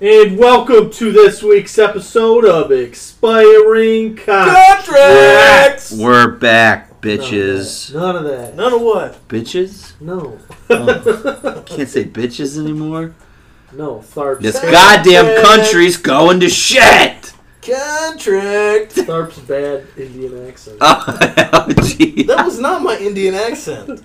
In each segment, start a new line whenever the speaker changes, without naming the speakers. And welcome to this week's episode of Expiring Contracts.
Contracts.
We're
Oh,
back, bitches.
None of that.
None of what?
Bitches? Oh,
No.
Can't say bitches anymore.
No. Tharps.
This
Say
goddamn
it.
country's going to shit.
Contract.
Tharps bad Indian accent.
Oh, hell, gee.
That was not my Indian accent.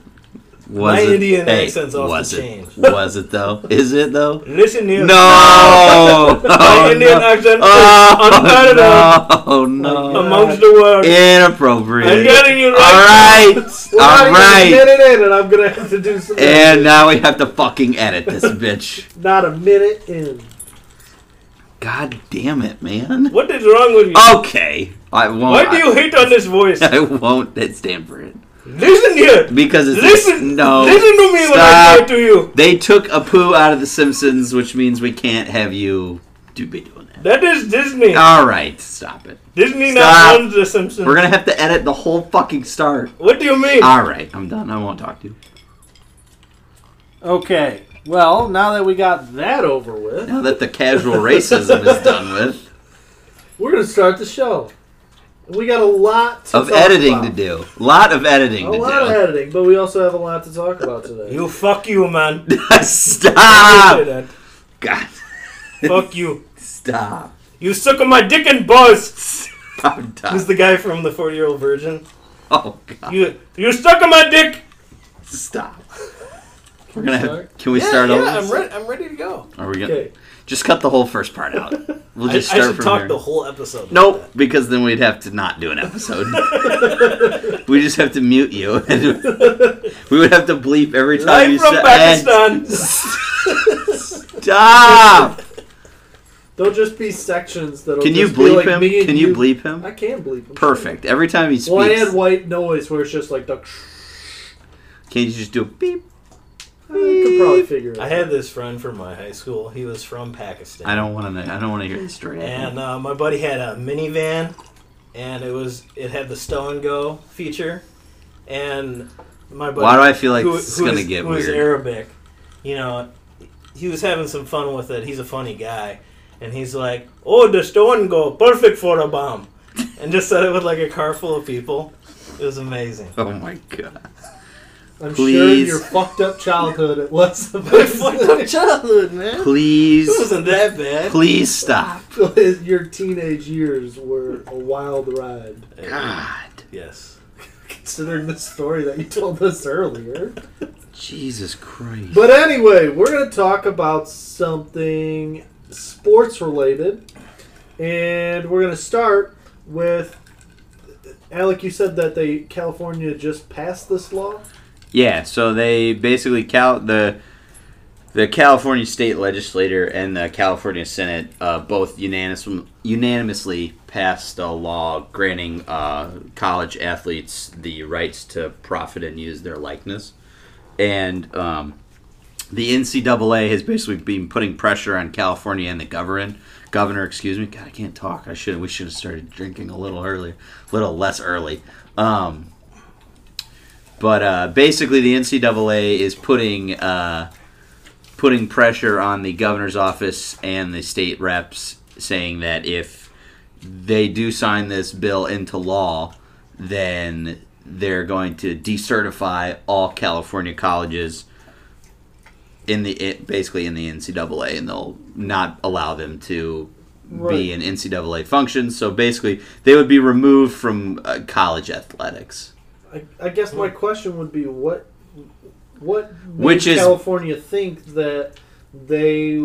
Was
my
it?
Indian
Hey,
accent's off
was
the
it?
chain.
Was it though? Is it though?
Listen
No.
here.
Oh,
My Indian
no. Uh,
accent is unparalleled
Oh no.
amongst the world. I'm
Inappropriate.
getting you
All
right.
right. All
Get
right.
it in, and I'm gonna have to do some.
And now we have to fucking edit this bitch.
not a minute in.
God damn it, man.
What is wrong with you?
Oh, Okay. I won't.
Why do you hate on this voice?
I won't stand for it
Listen here.
because it's
Listen.
no.
Listen to me when I
Stop.
say to you.
They took a poo out of The Simpsons, which means we can't have you do be doing that.
That is Disney.
All right, stop it.
Disney
Stop.
now owns The Simpsons.
We're gonna have to edit the whole fucking start.
what do you mean?
All right, I'm done. I won't talk to you.
Okay. Well, now that we got that over with,
Now that the casual racism is done with,
we're gonna start the show. We got a lot to
of
talk
editing
about.
to do, lot of editing
A
to
lot of
do.
editing, but we also have a lot to talk about today.
you fuck you, man. Say
stop,
that.
God,
Fuck you.
stop.
You suck on my dick and balls.
I'm
Who's
done.
the guy from the 40 year old virgin?
Oh God,
You you suck on my dick.
stop. We're gonna have.
start?
Can we start over?
ready. I'm ready to go.
Are we gonna?
Okay.
Just cut the whole first part out. We'll
I, I
just start
should
from
talk
here.
the whole episode.
nope, because then we'd have to not do an episode. we just have to mute you, and we would have to bleep every time you
Live from
said.
Pakistan.
Stop!
They'll just be sections that'll.
Can you
just be
bleep
like
him?
me and
Can you bleep him?
I can bleep him.
Perfect. Every time he speaks,
Well, I had white noise where it's just like the.
can you just do a beep?
I could probably figure it.
I
out.
had this friend from my high school. He was from Pakistan.
I don't want to. I don't want to hear the story.
And uh, my buddy had a minivan, and it was it had the stow and go feature, and my buddy.
Why do I feel like
who-
this is
who
gonna
is-
get
who is
weird?
Arabic, you know, he was having some fun with it. He's a funny guy, and he's like, "Oh, the stone go perfect for a bomb," and just said it with like a car full of people. It was amazing.
oh my god!
I'm sure in
Please.
your fucked up childhood it was.
I fucked up childhood, man.
Please,
It wasn't that bad.
please stop.
your teenage years were a wild ride.
God,
Yes.
Considering the story that you told us earlier.
Jesus Christ!
But anyway, we're going to talk about something sports related. And we're going to start with Alec, you said that they California just passed this law.
Yeah, so they basically Cal the the California state legislature and the California Senate uh, both unanimous, unanimously passed a law granting uh, college athletes the rights to profit and use their likeness, and um, the NCAA has basically been putting pressure on California and the governor. Governor, excuse me. God, I can't talk. I should. We should have started drinking a little earlier, a little less early. Um, but uh, basically, the NCAA is putting uh, putting pressure on the governor's office and the state reps, saying that if they do sign this bill into law, then they're going to decertify all California colleges in the it, basically in the NCAA, and they'll not allow them to
Right.
be in NCAA functions. So basically, they would be removed from uh, college athletics.
I, I guess my question would be what what made
Which is-
California think that they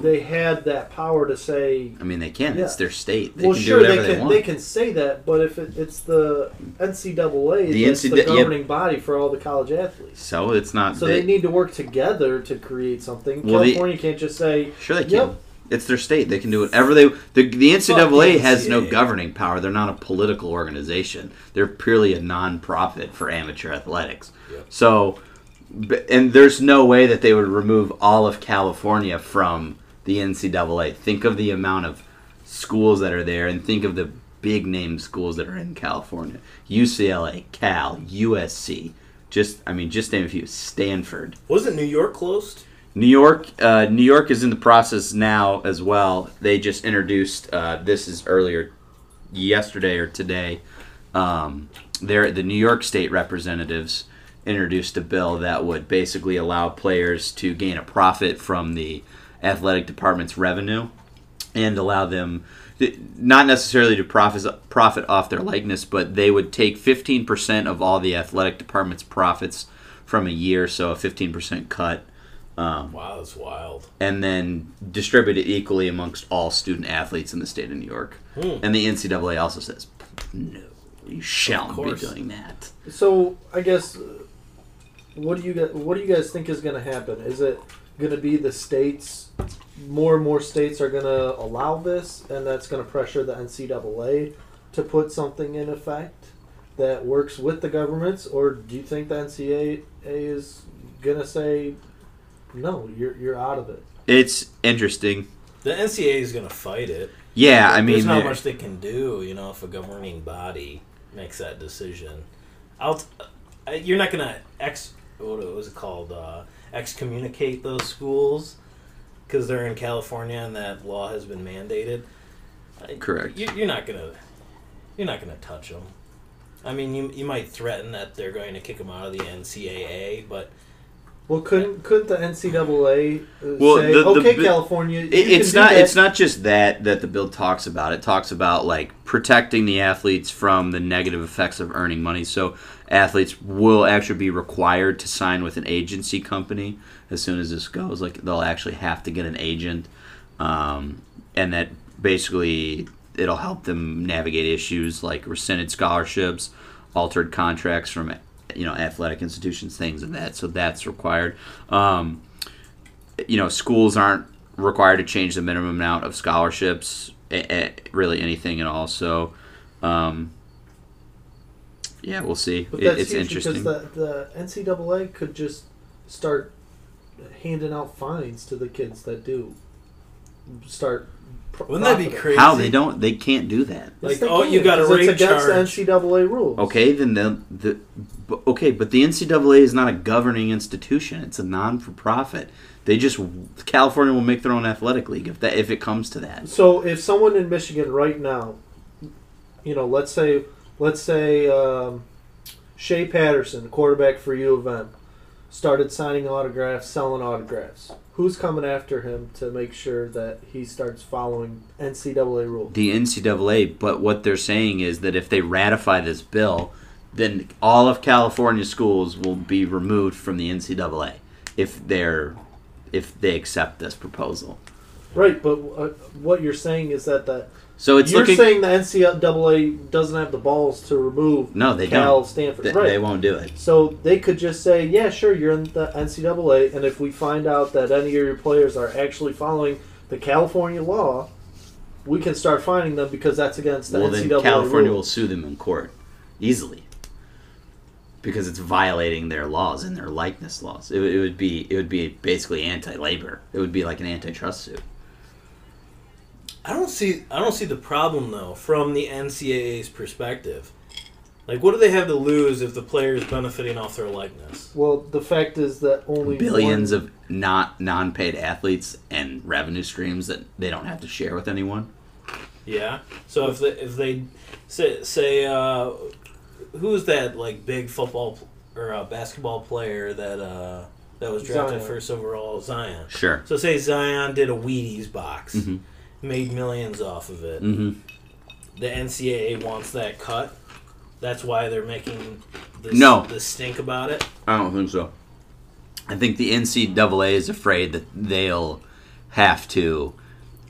they had that power to say
I mean, they can. It's
Yeah.
their state. They
well
can
sure
do whatever
they
they,
can
want.
they can say that but if it, it's the NCAA
The
that's
NCAA
the
yep.
governing body for all the college athletes
So it's not.
so
they,
they, need to work together to create something
Well, the-
California can't just say
sure they can.
Yep.
It's their state. They can do whatever they. The, the NCAA has no
NCAA.
governing power. They're not a political organization. They're purely a nonprofit for amateur athletics.
Yep.
So, b- and there's no way that they would remove all of California from the NCAA. Think of the amount of schools that are there, and think of the big name schools that are in California: UCLA, Cal, USC. Just, I mean, just name a few. Stanford.
Wasn't New York closed?
New York, uh, New York is in the process now as well. They just introduced uh, this is earlier, yesterday or today. Um, there, the New York State representatives introduced a bill that would basically allow players to gain a profit from the athletic department's revenue and allow them not necessarily to profit profit off their likeness, but they would take 15% of all the athletic department's profits from a year, so a 15% cut, um,
Wow, that's wild.
and then distribute it equally amongst all student athletes in the state of New York.
Hmm.
And the NCAA also says, no, you shall not be
course.
doing that.
So I guess uh, what do you guys, what do you guys think is going to happen? Is it going to be the states? More and more states are going to allow this, and that's going to pressure the NCAA to put something in effect that works with the governments. Or do you think the NCAA is going to say, "No, you're you're out of it"?
It's interesting.
The NCAA is going to fight it.
Yeah, I mean,
there's not
there-
much they can do, you know, if a governing body makes that decision. I'll t- uh, you're not gonna ex what was it called uh, excommunicate those schools because they're in California and that law has been mandated. Uh,
Correct.
You, you're not gonna you're not gonna touch them. I mean, you you might threaten that they're going to kick them out of the NCAA, but
Well, couldn't couldn't the NCAA uh,
Well,
say,
the- the
"Okay,
bi-
California"? you
It,
can
it's
do
not.
that."
It's not just that that the bill talks about. It talks about like protecting the athletes from the negative effects of earning money. So athletes will actually be required to sign with an agency company as soon as this goes. Like they'll actually have to get an agent, um, and that basically it'll help them navigate issues like rescinded scholarships, altered contracts from you know athletic institutions, things of that. So that's required. Um, you know schools aren't required to change the minimum amount of scholarships eh, eh, really anything at all so um, yeah we'll see
But
It-
that's
it's
huge
interesting
because the, the NCAA could just start handing out fines to the kids that do start. Pr-
wouldn't that be
profiting.
crazy?
how they don't they can't do that
Yes,
like,
they
oh,
can,
you got a
'cause it's
rape
against
charge.
the NCAA rules.
okay then the, the b- okay but the ncaa is not a governing institution it's a non-for-profit they just california will make their own athletic league if that if it comes to that
So if someone in Michigan right now, you know, let's say, let's say um, Shea Patterson, quarterback for U of M, started signing autographs, selling autographs. Who's coming after him to make sure that he starts following NCAA rules?
the NCAA, but what they're saying is that if they ratify this bill, then all of California schools will be removed from the NCAA if they're if they accept this proposal.
Right, but uh, what you're saying is that the
So it's
you're
looking
saying the NCAA doesn't have the balls to remove
no, they
Cal
don't.
Stanford,
They,
right?
they won't do it.
so they could just say, yeah, sure, you're in the NCAA, and if we find out that any of your players are actually following the California law, we can start finding them because that's against the
Well, then
NCAA
California will
rules.
sue them in court easily because it's violating their laws and their likeness laws. It, would- it would be it would be basically anti-labor. It would be like an antitrust suit.
I don't see I don't see the problem though from the NCAA's perspective. Like what do they have to lose if the player is benefiting off their likeness?
Well, the fact is that only
billions
one,
of not non-paid athletes and revenue streams that they don't have to share with anyone.
Yeah. So if they if they say, say uh, who's that like big football pl- or uh, basketball player that uh, that was drafted
Zion.
first overall Zion.
Sure.
So say Zion did a Wheaties box,
Mhm.
made millions off of it.
Mm-hmm.
The NCAA wants that cut. That's why they're making this,
No.
this stink about it.
I don't think so. I think the NCAA is afraid that they'll have to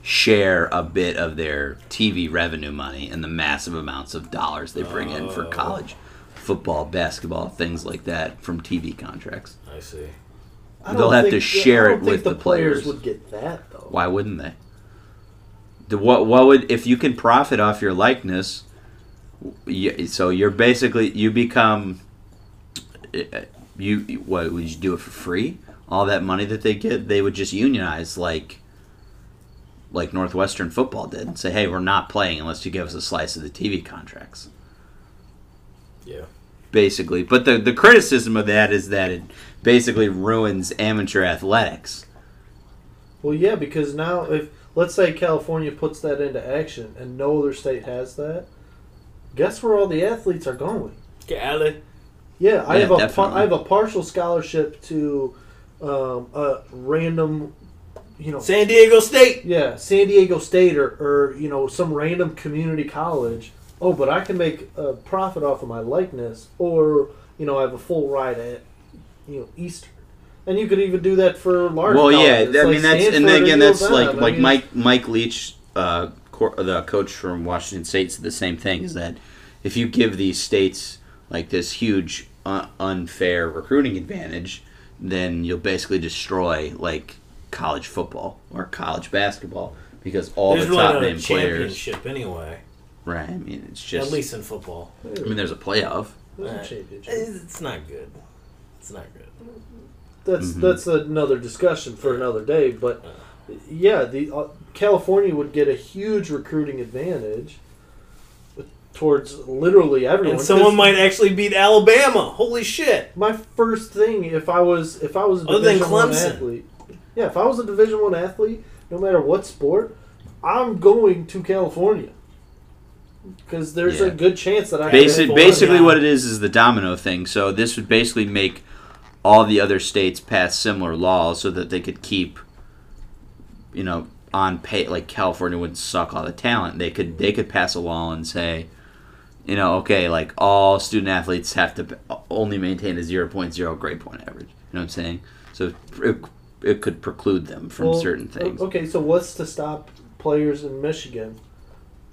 share a bit of their TV revenue money and the massive amounts of dollars they bring in for
Oh.
college football, basketball, things like that from TV contracts.
I see.
I don't
they'll have
think-
to
I
share
don't
it
think
with
the
the
players.
players.
Would get that though.
Why wouldn't they? The, what what would if you can profit off your likeness? You, so you're basically you become eh, you what would you do it for free? All that money that they get, they would just unionize like like Northwestern football did and say, "Hey, we're not playing unless you give us a slice of the TV contracts."
Yeah.
Basically, but the the criticism of that is that it basically ruins amateur athletics
Well, yeah, because now if let's say California puts that into action and no other state has that, guess where all the athletes are going?
Cali.
Yeah, I
Yeah,
have a pa-
definitely.
I have a partial scholarship to um, a random, you know,
San Diego State.
yeah, San Diego State or, or you know some random community college. Oh, but I can make a profit off of my likeness, or you know, I have a full ride at you know Eastern, and you could even do that for large.
well, yeah,
colleges,
I
like
mean that's
Stanford
and then
or
again
U of
that's
M.
like
I
like
mean,
Mike Mike Leach, uh, cor- the coach from Washington State, said the same thing is that if you give these states like this huge uh, unfair recruiting advantage, then you'll basically destroy like college football or college basketball because all
There's
the
really
top
not a
name players.
championship anyway.
Right, I mean it's just
At least in football,
I mean there's a playoff.
there's a
Right.
championship.
it's not good. It's not good.
That's
Mm-hmm.
Mhm.
that's another discussion for another day. But yeah, the uh, California would get a huge recruiting advantage towards literally everyone.
And someone
'cause
might actually beat Alabama. Holy shit!
My first thing, if I was if I was a
Other than
Division One
Clemson.
athlete, yeah, if I was a Division One athlete, no matter what sport, I'm going to California because there's
Yeah.
a good chance that I can
Basi-
get four.
Basic,
California.
basically, what it is is the domino thing. So this would basically make all the other states pass similar laws so that they could keep, you know, on pay like California wouldn't suck all the talent. They could they could pass a law and say, you know, okay, like all student athletes have to only maintain a zero point zero grade point average. You know what I'm saying? So it, it could preclude them from
Well,
certain things.
o- Okay, so what's to stop players in Michigan?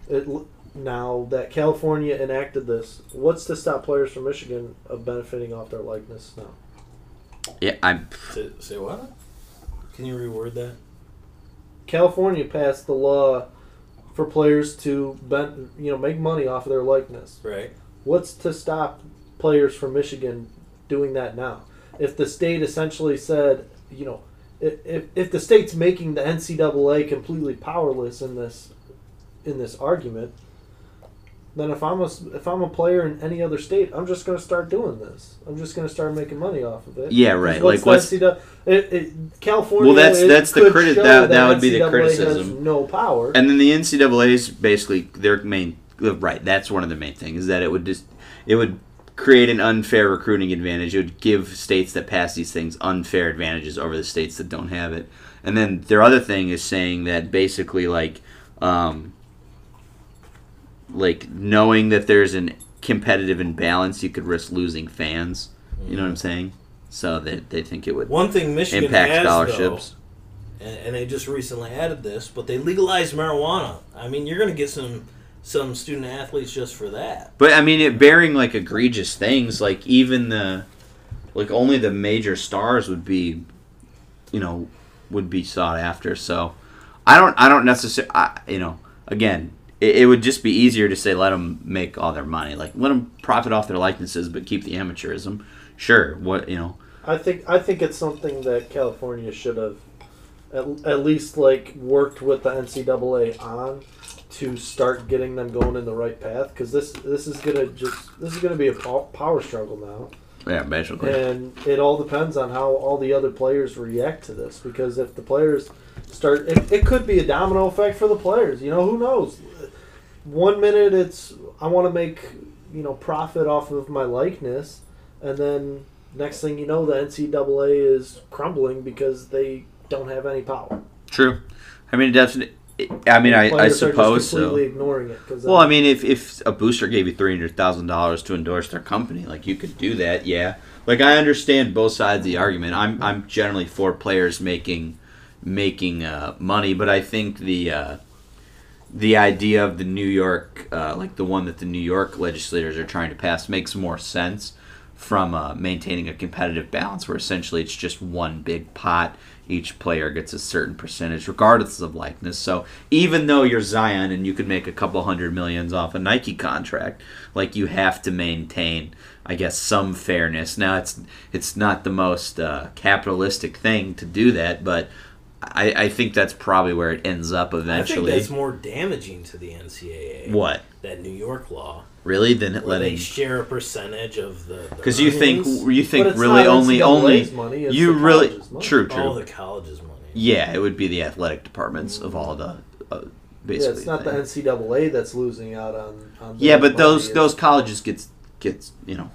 It, l- now that California enacted this, what's to stop players from Michigan of benefiting off their likeness now?
Yeah, I'm.
Say, say what? Can you reword that?
California passed the law for players to ben, you know make money off of their likeness.
Right.
What's to stop players from Michigan doing that now? If the state essentially said, you know, i- if, if the state's making the NCAA completely powerless in this in this argument, then if I'm a s- if I'm a player in any other state, I'm just going to start doing this. I'm just going to start making money off of it.
Yeah,
'Cause
right.
What's
Like, what's-
the NCAA? It, it, California.
Well, that's-
it
that's the
could
criti-
show
that- that would be the
NCAA Has
criticism.
no power.
And then the NCAA's basically their main right. That's one of the main things is that it would just it would create an unfair recruiting advantage. It would give states that pass these things unfair advantages over the states that don't have it. And then their other thing is saying that basically like um, like knowing that there's an competitive imbalance, you could risk losing fans. You know what I'm saying? So that they think it would
One thing Mm-hmm. Michigan
impact
has,
scholarships.
though, and, and they just recently added this, but they legalized marijuana. I mean, you're going to get some some student athletes just for that.
But I mean, it bearing like egregious things, like even the, like only the major stars would be, you know, would be sought after. So, I don't, I don't necessarily, you know, again, it, it would just be easier to say let them make all their money, like let them profit off their likenesses, but keep the amateurism. Sure, what you know,
I think I think it's something that California should have at, at least like worked with the NCAA on to start getting them going in the right path because this this is gonna just this is gonna be a pow- power struggle now
yeah, basically.
and it all depends on how all the other players react to this because if the players start it, it could be a domino effect for the players you know who knows one minute it's i want to make you know profit off of my likeness and then next thing you know the ncaa is crumbling because they don't have any power
True. I mean, definitely. I mean, I, I
Players are
suppose
just
so.
completely ignoring it 'cause, uh,
Well, I mean, if, if a booster gave you three hundred thousand dollars to endorse their company, like you could do that, yeah. Like I understand both sides of the argument. I'm I'm generally for players making making uh, money, but I think the uh, the idea of the New York, uh, like the one that the New York legislators are trying to pass, makes more sense from uh, maintaining a competitive balance, where essentially it's just one big pot. Each player gets a certain percentage, regardless of likeness. So even though you're Zion and you could make a couple hundred millions off a Nike contract, like you have to maintain, I guess, some fairness. Now it's it's not the most uh, capitalistic thing to do that, but I, I think that's probably where it ends up eventually.
I think that's more damaging to the NCAA.
What
That New York law,
really? Then it
where they
letting
share a percentage of the
because you think
earnings.
you
but
think
it's
really
not
only
NCAA's
only
money, it's
you
the
really
college's money.
true true.
all the college's money.
Yeah, it would be the athletic departments of all the uh, basically.
yeah, it's not the
thing.
NCAA that's losing out on. on
Yeah,
their
but those
money.
those colleges gets gets you know,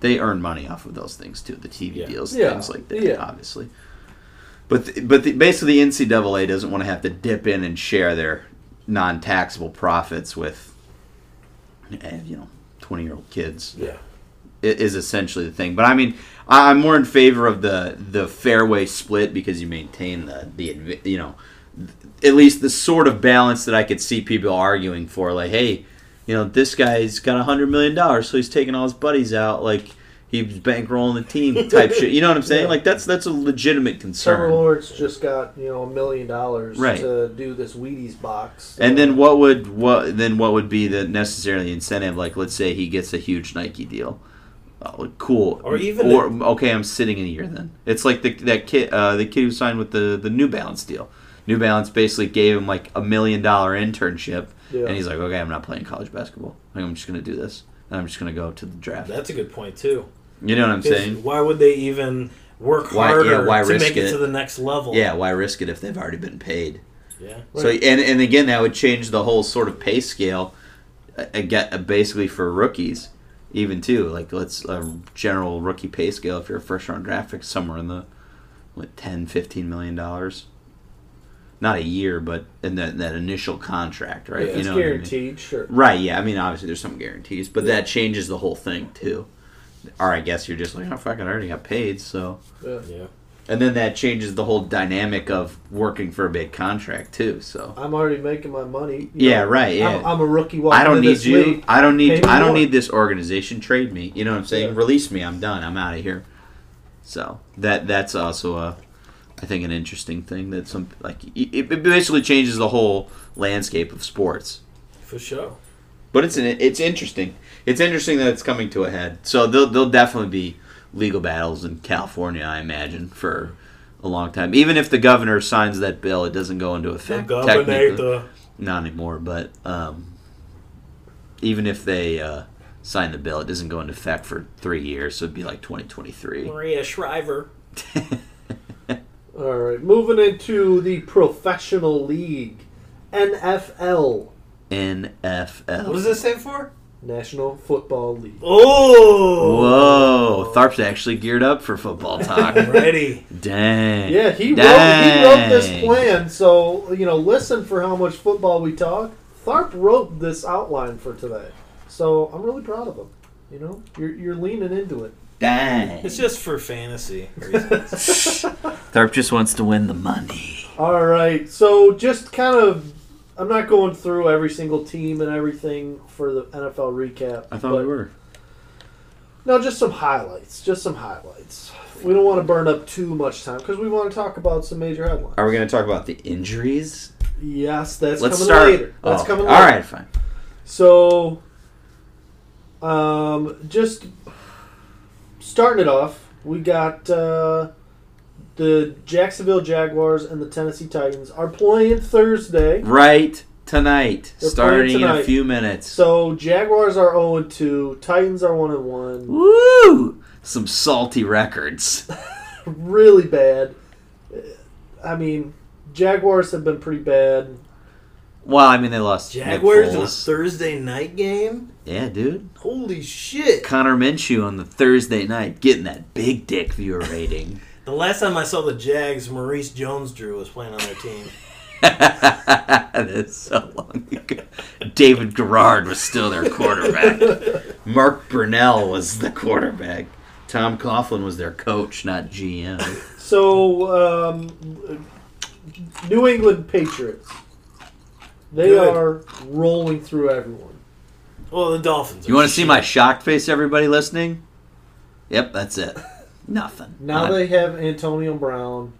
they earn money off of those things too. The TV
Yeah.
deals,
Yeah,
things like that,
yeah.
obviously. But the, but the, basically, the NCAA doesn't want to have to dip in and share their non-taxable profits with, eh, you know, twenty-year-old kids
Yeah,
i- is essentially the thing. But I mean, I- I'm more in favor of the the fairway split because you maintain the the adv- you know th- at least the sort of balance that I could see people arguing for. Like, hey, you know, this guy's got a hundred million dollars, so he's taking all his buddies out, like. He's bankrolling the team type shit. You know what I'm saying?
Yeah.
Like that's that's a legitimate
Trevor
concern.
Lawrence just got you know a million dollars
Right.
to do this Wheaties box.
And then what would what then what would be the necessarily incentive? Like let's say he gets a huge Nike deal, oh, cool.
Or even
or okay, I'm sitting in a year. Then it's like the that kid uh, the kid who signed with the the New Balance deal. New Balance basically gave him like a million dollar internship,
Yeah.
and he's like, okay, I'm not playing college basketball. Like, I'm just gonna do this, and I'm just gonna go to the draft.
That's a good point too.
you know what I'm
'Cause
saying?
Why would they even work
Why- yeah,
harder
why
to make
risk
it,
it?
to the next level?
Yeah, why risk it if they've already been paid?
Yeah.
So and and again, that would change the whole sort of pay scale, uh, aga- uh, basically for rookies, even too. Like let's a general rookie pay scale if you're a first round draft pick somewhere in the what 10, 15 million dollars. Not a year, but in that that initial contract, right?
If it's
what I mean?
guaranteed, sure.
Right, yeah. I mean, obviously there's some guarantees, but that changes the whole thing too. Or I guess you're just like, oh fuck, I already got paid, so.
Yeah.
Yeah.
And then that changes the whole dynamic of working for a big contract too. So
I'm already making my money. you
Yeah,
know.
right, yeah.
I'm, I'm a rookie. Walking
I don't
into
need
this
you.
league.
I don't
Pay
need.
me
I don't
more.
need this organization. Trade me. You know what I'm saying?
Yeah.
Release me. I'm done. I'm out of here. So that that's also a, I think an interesting thing that some like it, it basically changes the whole landscape of sports.
For sure.
But it's an, it's interesting. It's interesting that it's coming to a head. So there'll there'll definitely be legal battles in California, I imagine, for a long time. Even if the governor signs that bill, it doesn't go into
The
effect. technically
governator.
not anymore, but um, even if they uh, sign the bill, it doesn't go into effect for three years, so it'd be like 2023.
Maria Shriver.
All right, moving into the professional league, NFL,
NFL.
What does that stand for?
National Football League.
Oh.
Whoa, Tharp's actually geared up for football talk.
Ready.
Dang.
Yeah, he wrote, he
Dang.
wrote this plan, so you know, listen for how much football we talk. Tharp wrote this outline for today, so I'm really proud of him. You know, you're, you're leaning into it.
Dang.
It's just for fantasy reasons.
Tharp just wants to win the money.
All right, so just kind of, I'm not going through every single team and everything for the NFL recap.
I thought
but-
we were.
No, just some highlights. Just some highlights. We don't want to burn up too much time because we want to talk about some major headlines.
Are we going to talk about the injuries?
Yes, that's
Let's
coming
start.
later. That's
oh,
coming later.
All right, fine.
So, um, just starting it off, we got uh, the Jacksonville Jaguars and the Tennessee Titans are playing Thursday.
Right tonight,
They're playing
starting in a
tonight.
few minutes.
So Jaguars are 0 2, Titans are 1 1.
Woo! Some salty records.
really bad. I mean, Jaguars have been pretty bad.
Well, I mean, they lost. Nick
Jaguars on a
Foles.
Thursday night game?
Yeah, dude.
Holy shit.
Connor Minshew on the Thursday night getting that big dick viewer rating.
The last time I saw the Jags, Maurice Jones Drew was playing on their team.
That's so long ago. David Garrard was still their quarterback. Mark Brunell was the quarterback. Tom Coughlin was their coach, not GM.
So, um, New England Patriots. They
Good.
are rolling through everyone.
Well, the Dolphins.
You
are
want to see
shit.
my shocked face, everybody listening? Yep, that's it. Nothing.
Now
Not-
they have Antonio Brown,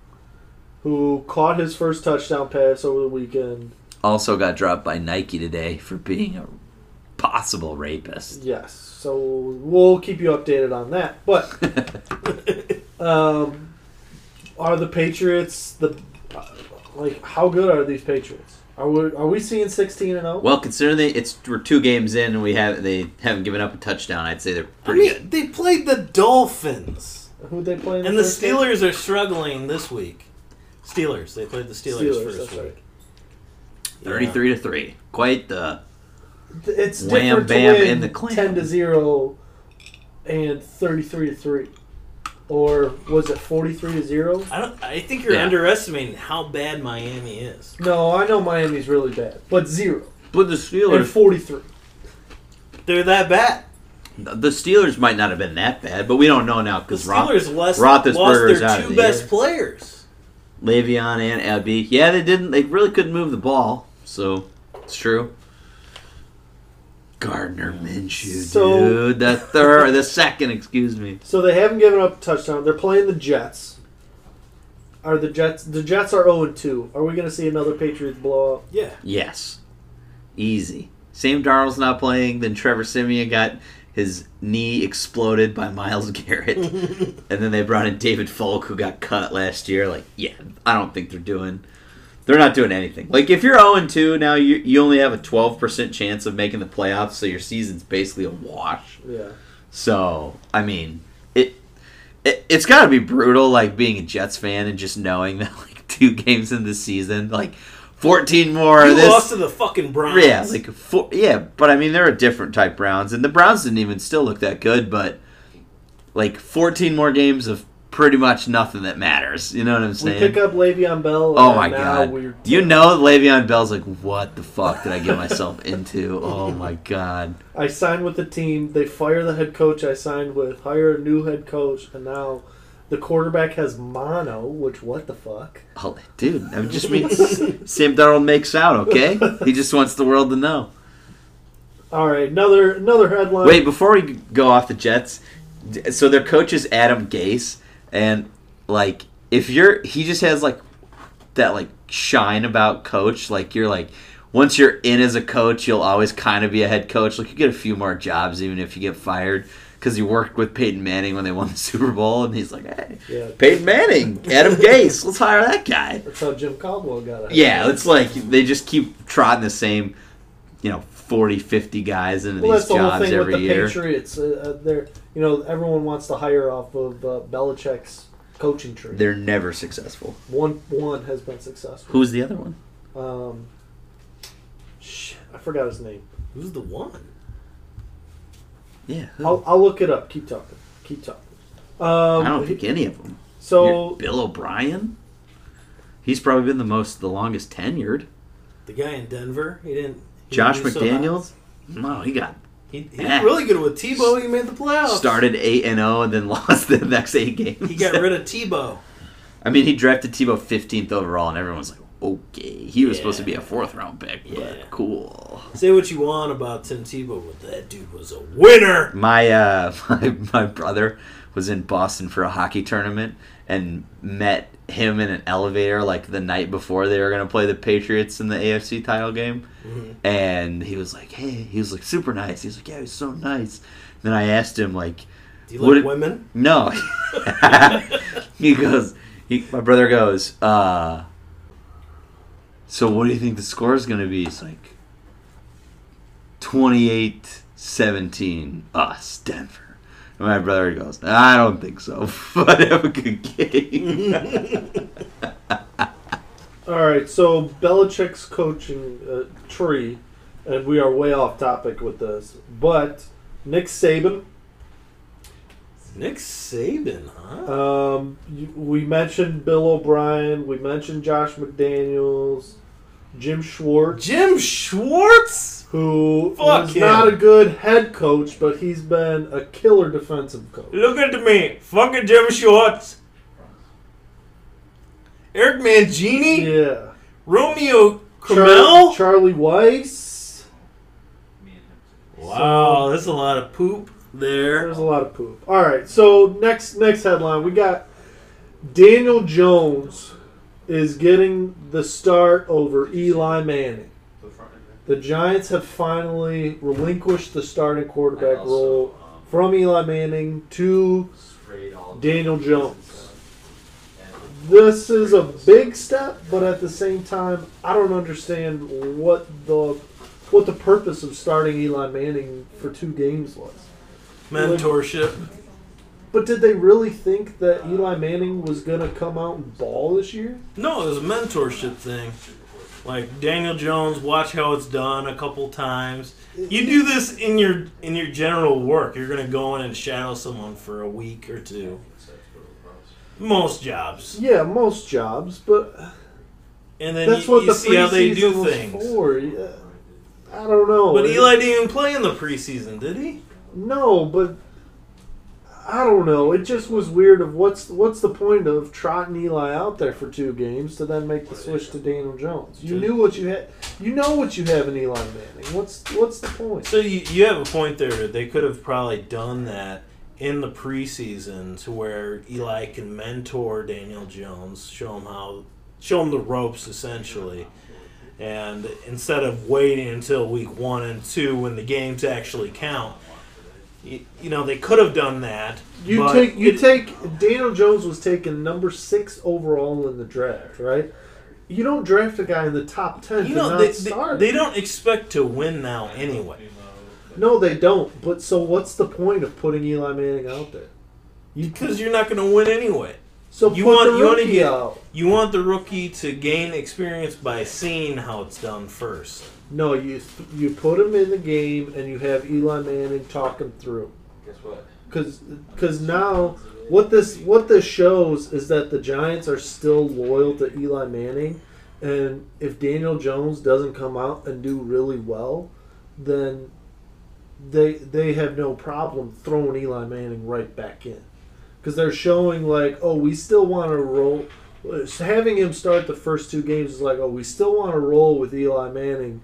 who caught his first touchdown pass over the weekend.
also got dropped by Nike today for being a possible rapist.
Yes. So we'll keep you updated on that. But um, are the Patriots the like how good are these Patriots? Are we are we seeing sixteen and oh? zero?
Well, considering they, it's we're two games in and we have they haven't given up a touchdown, I'd say they're
I
pretty
mean, they played the Dolphins.
Who they play? In
And the
first game?
Steelers are struggling this week. Steelers. They played the Steelers,
Steelers,
first
that's
week.
right.
Yeah.
Thirty-three to three. Quite the
It's
Wham,
different
bam,
to win
and the clam.
ten to zero and thirty three to three, or was it forty three to zero?
I don't. I think you're
Yeah.
underestimating how bad Miami is.
No, I know Miami's really bad, but zero
but the
and
Steelers.
forty three.
They're that bad.
The Steelers might not have been that bad, but we don't know now
The
because Roth,
Steelers lost, lost
Roethlisberger is out
their
of
two
the
best
year.
players.
Le'Veon and Abby. Yeah, they didn't. They really couldn't move the ball, so it's true. Gardner Minshew,
So-
dude. The third, the second. Excuse me.
So they haven't given up a touchdown. They're playing the Jets. Are the Jets? The Jets are zero two. Are we going to see another Patriots blowout?
Yeah.
Yes, easy. Sam Darnold's not playing. Then Trevor Simeon got his knee exploded by Miles Garrett, and then they brought in David Falk, who got cut last year. Like, yeah, I don't think they're doing. They're not doing anything. Like, if you're 0 2 now, you you only have a 12% chance of making the playoffs, so your season's basically a wash.
Yeah.
So, I mean, it, it it's got to be brutal, like being a Jets fan and just knowing that like two games in the season, like 14 more.
You
of this
lost to the fucking Browns.
yeah, like four, yeah, but I mean they're a different type Browns, and the Browns didn't even still look that good, but like fourteen more games of pretty much nothing that matters. You know what I'm
We
saying?
pick up Le'Veon Bell.
oh
and
my
now
god!
We're
You know Le'Veon Bell's like, what the fuck did I get myself into? Oh my god!
I signed with the team. They fire the head coach I signed with, hire a new head coach, and now the quarterback has mono. Which what the fuck?
Oh, dude, I just mean Sam Darnold makes out. Okay, he just wants the world to know.
All right, another another headline.
Wait, before we go off the Jets, d- so their coach is Adam Gase, and like if you're, he just has like that like shine about coach. Like you're like, once you're in as a coach, you'll always kind of be a head coach. Like you get a few more jobs even if you get fired because you worked with Peyton Manning when they won the Super Bowl, and he's like, hey,
Yeah,
Peyton Manning, Adam Gase, let's hire that guy.
that's how Jim Caldwell got it.
Yeah, it's like they just keep trotting the same, you know, 40, 50 guys into
Well,
these
that's the whole
jobs
thing with
every
the
year.
Patriots. Uh, uh, they're you know everyone wants to hire off of uh, Belichick's coaching tree.
They're never successful.
one one has been successful.
Who's the other one?
Um, shit, I forgot his name.
who's the one?
Yeah, who?
Oh,
I'll, I'll look it up. Keep talking. Keep talking. Um,
I don't think any of them.
so.
Bill O'Brien. He's probably been the most, the longest tenured.
The guy in Denver. He didn't. he
Josh
didn't do so
McDaniels.
hot.
No, he got
He, he
Yeah.
was really good with Tebow. He made the playoffs.
started eight and zero, and then lost the next eight games.
Oh. He got rid of Tebow.
I mean, he drafted Tebow fifteenth overall, and everyone's like, "Okay, he was
Yeah.
supposed to be a fourth round pick,
Yeah.
but cool."
Say what you want about Tim Tebow, but that dude was a winner.
my uh my, my brother was in Boston for a hockey tournament and met him in an elevator like the night before they were gonna play the Patriots in the AFC title game,
Mm-hmm.
and he was like, "Hey," he was like super nice. He was like, "Yeah, he was so nice." Then I asked him like,
Do you
What
like
it-
women?
no. he goes, he, my brother goes, uh, so what do you think the score is going to be? It's like 28 17, us, Denver. And my brother goes, I don't think so, but have a good game.
All right, so Belichick's coaching uh, tree, and we are way off topic with this, but Nick Saban,
Nick Saban, huh?
um, you- we mentioned Bill O'Brien, we mentioned Josh McDaniels, Jim Schwartz,
Jim Schwartz.
who
Fuck
was
him.
not a good head coach, but he's been a killer defensive coach.
Look at me, fucking Jim Schwartz. Eric Mangini,
Yeah,
Romeo
Char-
Cromwell.
Charlie Weiss.
Wow, that's a lot of poop there.
There's a lot of poop. All right, so next next headline we got Daniel Jones is getting the start over Eli Manning. The Giants have finally relinquished the starting quarterback role from Eli Manning to Daniel Jones. This is a big step, but at the same time, I don't understand what the what the purpose of starting Eli Manning for two games was.
Mentorship.
But did they really think that Eli Manning was going to come out and ball this year?
No, it was a mentorship thing. Like Daniel Jones, watch how it's done a couple times. You do this in your in your general work. You're gonna go in and shadow someone for a week or two. Most jobs,
Yeah, most jobs, but
and then
that's
you,
what
you
the
see how they
preseason
do
was
things.
for. Yeah. I don't know.
But
It-
Eli didn't even play in the preseason, did he?
No, but I don't know. It just was weird. Of what's what's the point of trotting Eli out there for two games to then make the switch to Daniel Jones? You knew what you had. You know what you have in Eli Manning. What's what's the point?
So you, you have a point there. They could have probably done that in the preseason to where Eli can mentor Daniel Jones, show him how, show him the ropes essentially, and instead of waiting until week one and two when the games actually count, you, you know they could have done that.
You
but
take you
it-
take Daniel Jones was taken number six overall in the draft, right? You don't draft a guy in the top ten to
You know
not
they, they,
start.
they don't expect to win now anyway.
no, they don't. But so what's the point of putting Eli Manning out there? You
Because you're not going to win anyway.
so
you
put
want-
the
you wanna
rookie
get-
out.
You want the rookie to gain experience by seeing how it's done first.
No, you you put him in the game and you have Eli Manning talk him through.
Guess what?
Cause, 'cause now what this what this shows is that the Giants are still loyal to Eli Manning, and if Daniel Jones doesn't come out and do really well, then they they have no problem throwing Eli Manning right back in, because they're showing like oh we still want to roll. uh, Having him start the first two games is like, oh, we still want to roll with Eli Manning.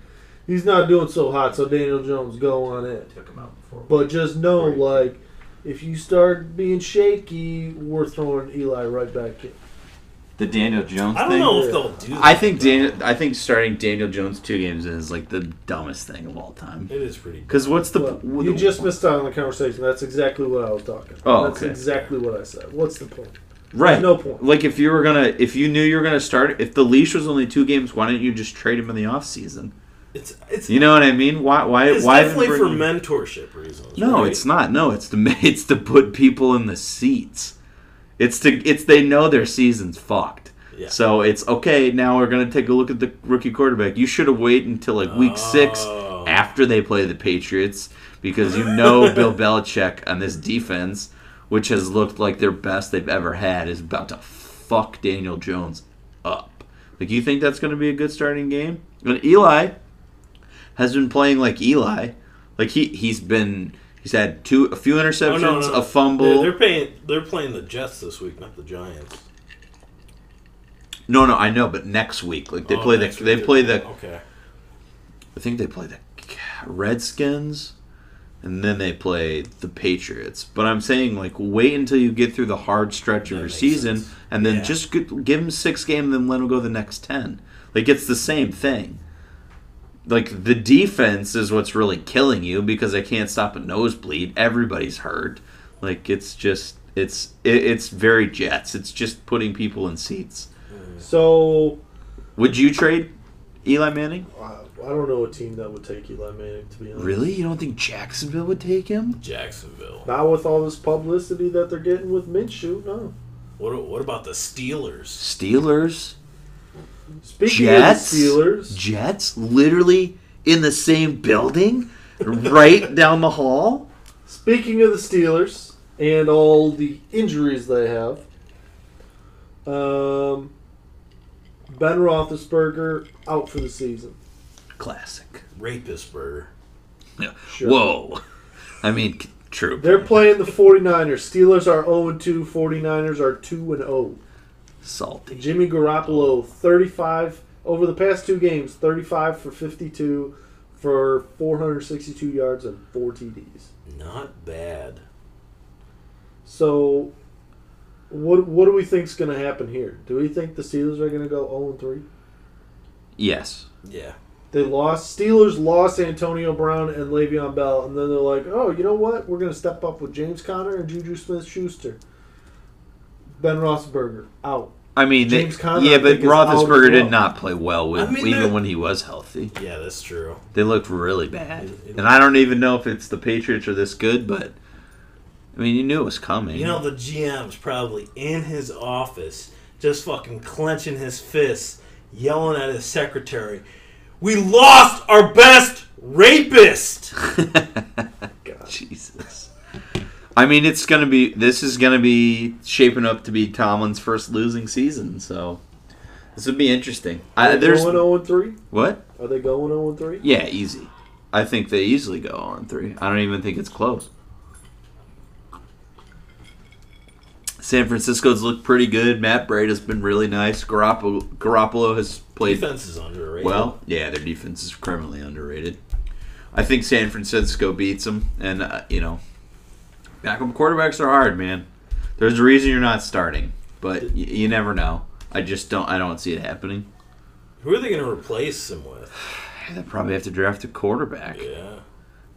He's not doing so hot, so Daniel Jones, go on it.
Took him out before.
But just know,
Right.
like, if you start being shaky, we're throwing Eli right back in.
The Daniel Jones
I don't
thing.
know if they'll do. That.
I think Dan- I think starting Daniel Jones two games in is like the dumbest thing of all time.
it is pretty. good.
Because what's the
Look,
what
you
the-
just missed out on the conversation. That's exactly what I was talking. About.
Oh,
that's
okay.
exactly what I said. What's the point?
right?
No point.
Like if you were gonna, if you knew you were gonna start, if the leash was only two games, why didn't you just trade him in the off season?
It's it's
You know what I mean? Why? Why?
it's
why even
definitely for
bring-
mentorship reasons.
No,
right?
it's not. No, it's to ma- it's to put people in the seats. It's to it's they know their season's fucked.
Yeah.
So it's okay. Now we're gonna take a look at the rookie quarterback. You should have waited until like week six
Oh.
after they play the Patriots because you know Bill Belichick on this defense, which has looked like their best they've ever had, is about to fuck Daniel Jones up. Like you think that's gonna be a good starting game? And Eli has been playing like Eli. Like he he's been he's had two a few
Oh,
interceptions,
no, no, no.
a fumble.
They're, they're paying. They're playing the Jets this week, not the Giants.
no, no, I know, but next week, like they
Oh,
play the
next
they
week.
play the
Okay.
I think they play the Redskins, and then they play the Patriots. But I'm saying like wait until you get through the hard stretch of
That
your
makes
season,
sense.
and then
Yeah.
just g- give him six games, then let him go the next ten. Like it's the same thing. Like the defense is what's really killing you because they can't stop a nosebleed. Everybody's hurt. Like it's just it's it, it's very Jets. It's just putting people in seats.
So
Would you trade Eli Manning?
uh, I don't know a team that would take Eli Manning to be honest.
Really? You don't think Jacksonville would take him?
Jacksonville.
Not with all this publicity that they're getting with Minshew. No.
What What about the Steelers?
Steelers,
Speaking
Jets,
of the Steelers,
Jets, literally in the same building, right down the hall.
Speaking of the Steelers and all the injuries they have, um, Ben Roethlisberger out for the season.
Classic.
Rapist burger.
Sure.
Whoa. I mean, c- true.
They're playing the 49ers. Steelers are 0 2, 49ers are 2 0.
Salty.
Jimmy Garoppolo, 35, over the past two games, 35 for 52 for 462 yards and 4 TDs.
Not bad.
So, what, what do we think's going to happen here? Do we think the Steelers are going to go 0 3?
Yes.
Yeah.
They lost. Steelers lost Antonio Brown and Le'Veon Bell, and then they're like, "Oh, you know what? We're going to step up with James Conner and Juju Smith-Schuster." Ben Roethlisberger out.
I mean, they,
James Conner,
yeah,
I
but
think, is out as
Roethlisberger did
well.
not play well, with,
I mean,
even
they're-
when he was healthy.
Yeah, that's true.
They looked really bad.
It- it-
And I don't even know if it's the Patriots are this good, but I mean, you knew it was coming.
You know, the GM's probably in his office, just fucking clenching his fists, yelling at his secretary, We lost our best rapist!
Jesus. I mean, it's gonna be. This is gonna be shaping up to be Tomlin's first losing season, so this would be interesting. I,
Are they
Uh, there's
going 0 and 3?
what?
Are they going 0 and 3?
Yeah, easy. I think they easily go on three. I don't even think it's close. San Francisco's looked pretty good. Matt Brady's been really nice. Garoppolo, Garoppolo has played
Defense is underrated.
well, yeah, their defense is criminally underrated. I think San Francisco beats them, and uh, you know, backup quarterbacks are hard, man. There's a reason you're not starting, but y- you never know. I just don't. I don't see it happening.
who are they going to replace him with?
They probably have to draft a quarterback,
Yeah.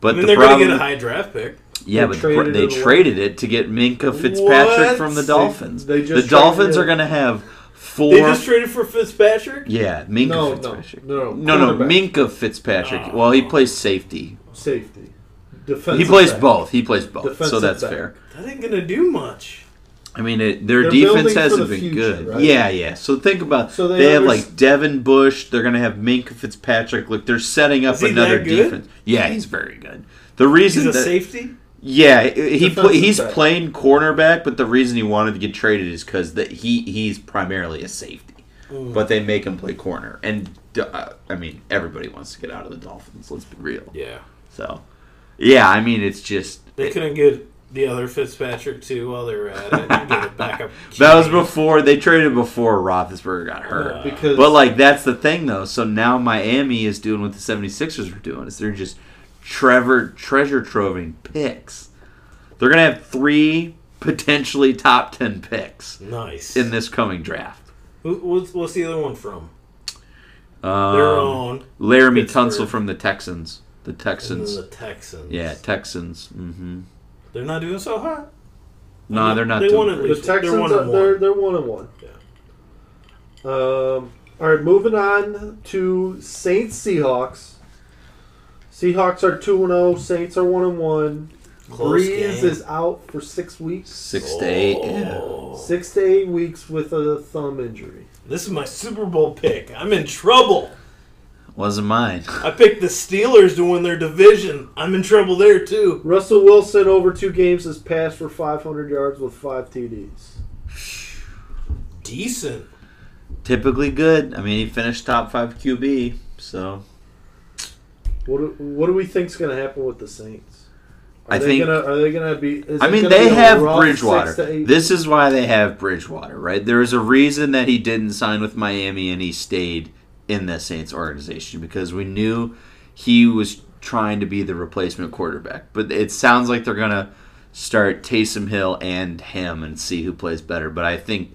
but
I mean,
the
they're going to
problem,
get a high draft pick.
yeah,
They
but the pro-
traded
they
it away.
traded it to get Minka Fitzpatrick
What?
from the
They-
Dolphins.
they just
the
traded
Dolphins
it.
are going to have four.
They just traded for Fitzpatrick?
yeah, Minka
No, no,
Fitzpatrick.
no,
no, no,
quarterback.
Minka Fitzpatrick.
Oh.
Well, he plays safety.
Safety. Defensive
he plays
back.
both. He plays both. so
Defensive
that's
back.
fair.
That ain't going to do much.
I mean, it, their
They're
defense
building for
hasn't
the
been
future,
good.
right?
Yeah, yeah. So think about
So
they,
they
have
underst-
like Devin Bush. They're gonna have Minka Fitzpatrick. Look, they're setting up
Is he
another
that good?
defense. Yeah, he's very good. The reason
He's a
that
safety?
yeah he pla-
Defensive
he's
back.
playing cornerback, but the reason he wanted to get traded is because that he he's primarily a safety,
Mm.
but they make him play corner. And uh, I mean, everybody wants to get out of the Dolphins. Let's be real.
Yeah.
So yeah, I mean, it's just
They couldn't get the other Fitzpatrick, too, while they were at it. and get a backup
That was
QB.
before they traded before Roethlisberger got hurt.
Yeah.
Because
But like that's the thing though. So now Miami is doing what the 76ers were doing. Is they're just Trevor treasure troving picks. They're going to have 3 potentially top 10 picks
Nice.
in this coming draft.
Who, what's, what's the other one from? Their
Um,
own.
Laramie
Pittsburgh. Uh,
Tunsil from the Texans. The
And then
Texans.
the Texans.
Yeah, Texans. Mhm.
They're not doing so hot.
No, they're not
They
doing
wanna-
the
great.
They're
Texans
one
are-
and one.
they're they're one and one. Um, all right, moving on to Saints Seahawks. Seahawks are two and zero. Saints are one and one.
Close
Breeze
game.
is out for six weeks,
6 to 8. Yeah.
Oh.
six to eight weeks with a thumb injury.
This is my Super Bowl pick. I'm in trouble.
Wasn't mine.
I picked the Steelers to win their division. I'm in trouble there too.
Russell Wilson over two games has passed for 500 yards with five TDs.
Decent.
Typically good. I mean, he finished top 5 QB, so
What do, what do we think's going to happen with the Saints? Are
I
they
think-
gonna, are they going to be? is
I
it
mean,
gonna
they
be a
have
rough
Bridgewater.
six to eight
This is why they have Bridgewater, right? There is a reason that he didn't sign with Miami and he stayed in the Saints organization because we knew he was trying to be the replacement quarterback. But it sounds like they're going to start Taysom Hill and him and see who plays better. But I think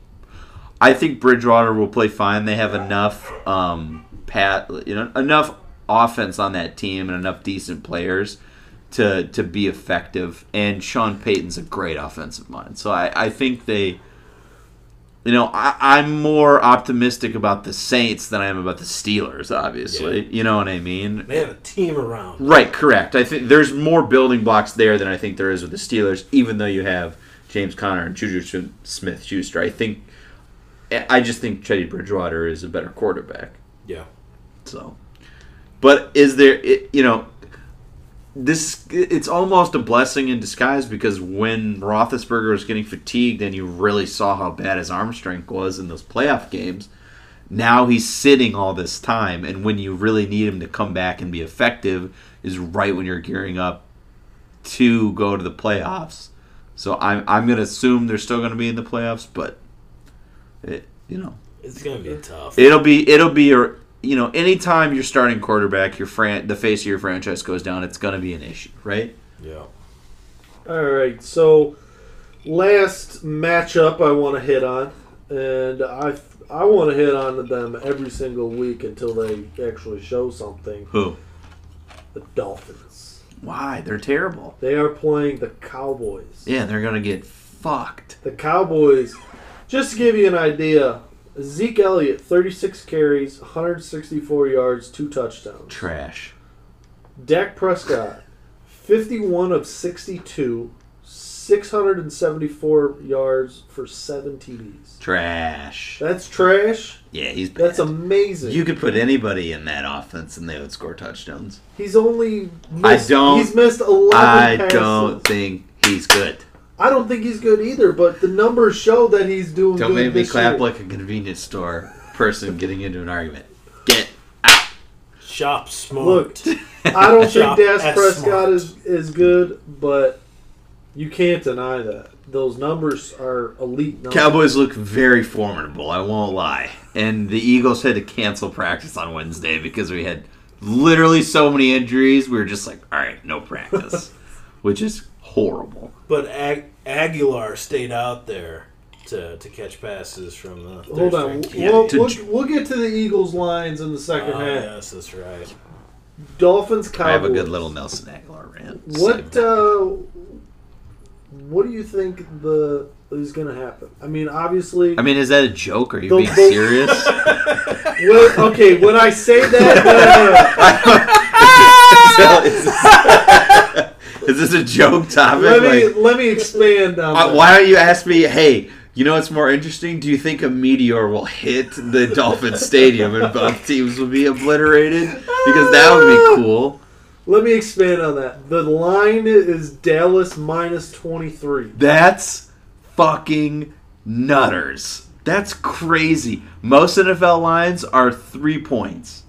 I think Bridgewater will play fine. They have enough um, pat, you know, enough offense on that team and enough decent players to to be effective. And Sean Payton's a great offensive mind, so I, I think they, you know, I, I'm more optimistic about the Saints than I am about the Steelers. Obviously, you know what I mean.
They have a team around.
Right, correct. I think there's more building blocks there than I think there is with the Steelers, even though you have James Conner and Juju Smith Schuster. I think, I just think Teddy Bridgewater is a better quarterback.
Yeah.
So, but is there, it, you know, this it's almost a blessing in disguise because when Roethlisberger was getting fatigued and you really saw how bad his arm strength was in those playoff games, now he's sitting all this time, and when you really need him to come back and be effective is right when you're gearing up to go to the playoffs. So I'm I'm gonna assume they're still gonna be in the playoffs, but it you know
It's gonna be tough.
It'll be it'll be your you know anytime your starting quarterback your fran- the face of your franchise goes down it's going to be an issue right
yeah.
All right, so last matchup I want to hit on, and I I want to hit on them every single week until they actually show something.
who
The Dolphins.
why they're terrible
They are playing the Cowboys.
yeah they're going to get fucked
The Cowboys. Just to give you an idea, Zeke Elliott, 36 carries, 164 yards, two touchdowns.
trash
Dak Prescott, 51 of 62, 674 yards for seven TDs.
Trash.
That's trash.
Yeah, he's bad.
That's amazing.
You could put anybody in that offense and they would score touchdowns.
he's only missed,
I don't-
he's missed 11
I
passes.
don't think he's good.
I don't think he's good either, but the numbers show that he's doing
Don't
good
make me
this
clap
year.
like a convenience store person getting into an argument. Get
Shop smart.
Look, I don't think
Shop
Dak
as
Prescott
smart.
is, is good, but you can't deny that. Those numbers are elite numbers.
Cowboys look very formidable, I won't lie. And the Eagles had to cancel practice on Wednesday because we had literally so many injuries. We were just like, all right, no practice, which is horrible.
But Ag- Aguilar stayed out there to, to catch passes from the.
Hold
third
on.
string
Yeah,
We'll,
to-
we'll, we'll get to the Eagles lines in the
Ah,
second half.
yes, that's right.
Dolphins Cowboys.
I have a good little Nelson Aguilar rant.
What
So-
uh, what do you think the is going to happen? I mean, obviously.
I mean, is that a joke? Are you
The-
being
the-
serious?
when- okay, when I say that, uh,
is, this, is this a joke topic?
let me
Like,
let me expand on
uh,
that.
why don't you ask me, hey, you know what's more interesting? Do you think a meteor will hit the Dolphin Stadium and both teams will be obliterated? Because that would be cool.
Let me expand on that. The line is Dallas minus twenty three.
That's fucking nutters. That's crazy. Most NFL lines are three points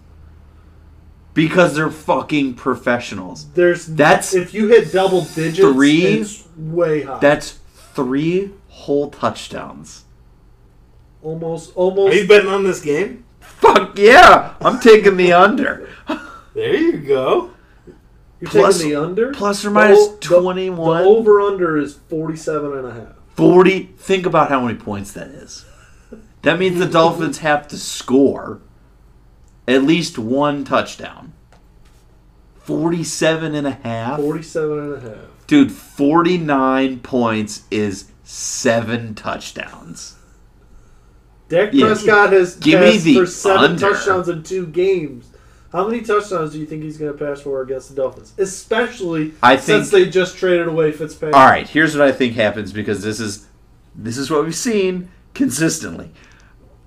because they're fucking professionals.
There's
That's
if you hit double digits,
three-
it's way high.
That's three whole touchdowns.
almost
Are
almost.
you betting on this game?
Fuck yeah! I'm taking the under.
There you go.
You're
plus-
taking the under. Oh,
Plus or minus
The o- the-
21.
The over under is 47 and a half.
40. Think about how many points that is. That means the Dolphins have to score at least one touchdown. 47 and a half.
47 and a half.
Dude, 49 points is seven touchdowns.
Dak
Yeah.
Prescott has
Give me
passed
the
for seven
under.
touchdowns in two games. How many touchdowns do you think he's going to pass for against the Dolphins? Especially
I
since
think-
they just traded away Fitzpatrick.
All right, here's what I think happens because this is this is what we've seen consistently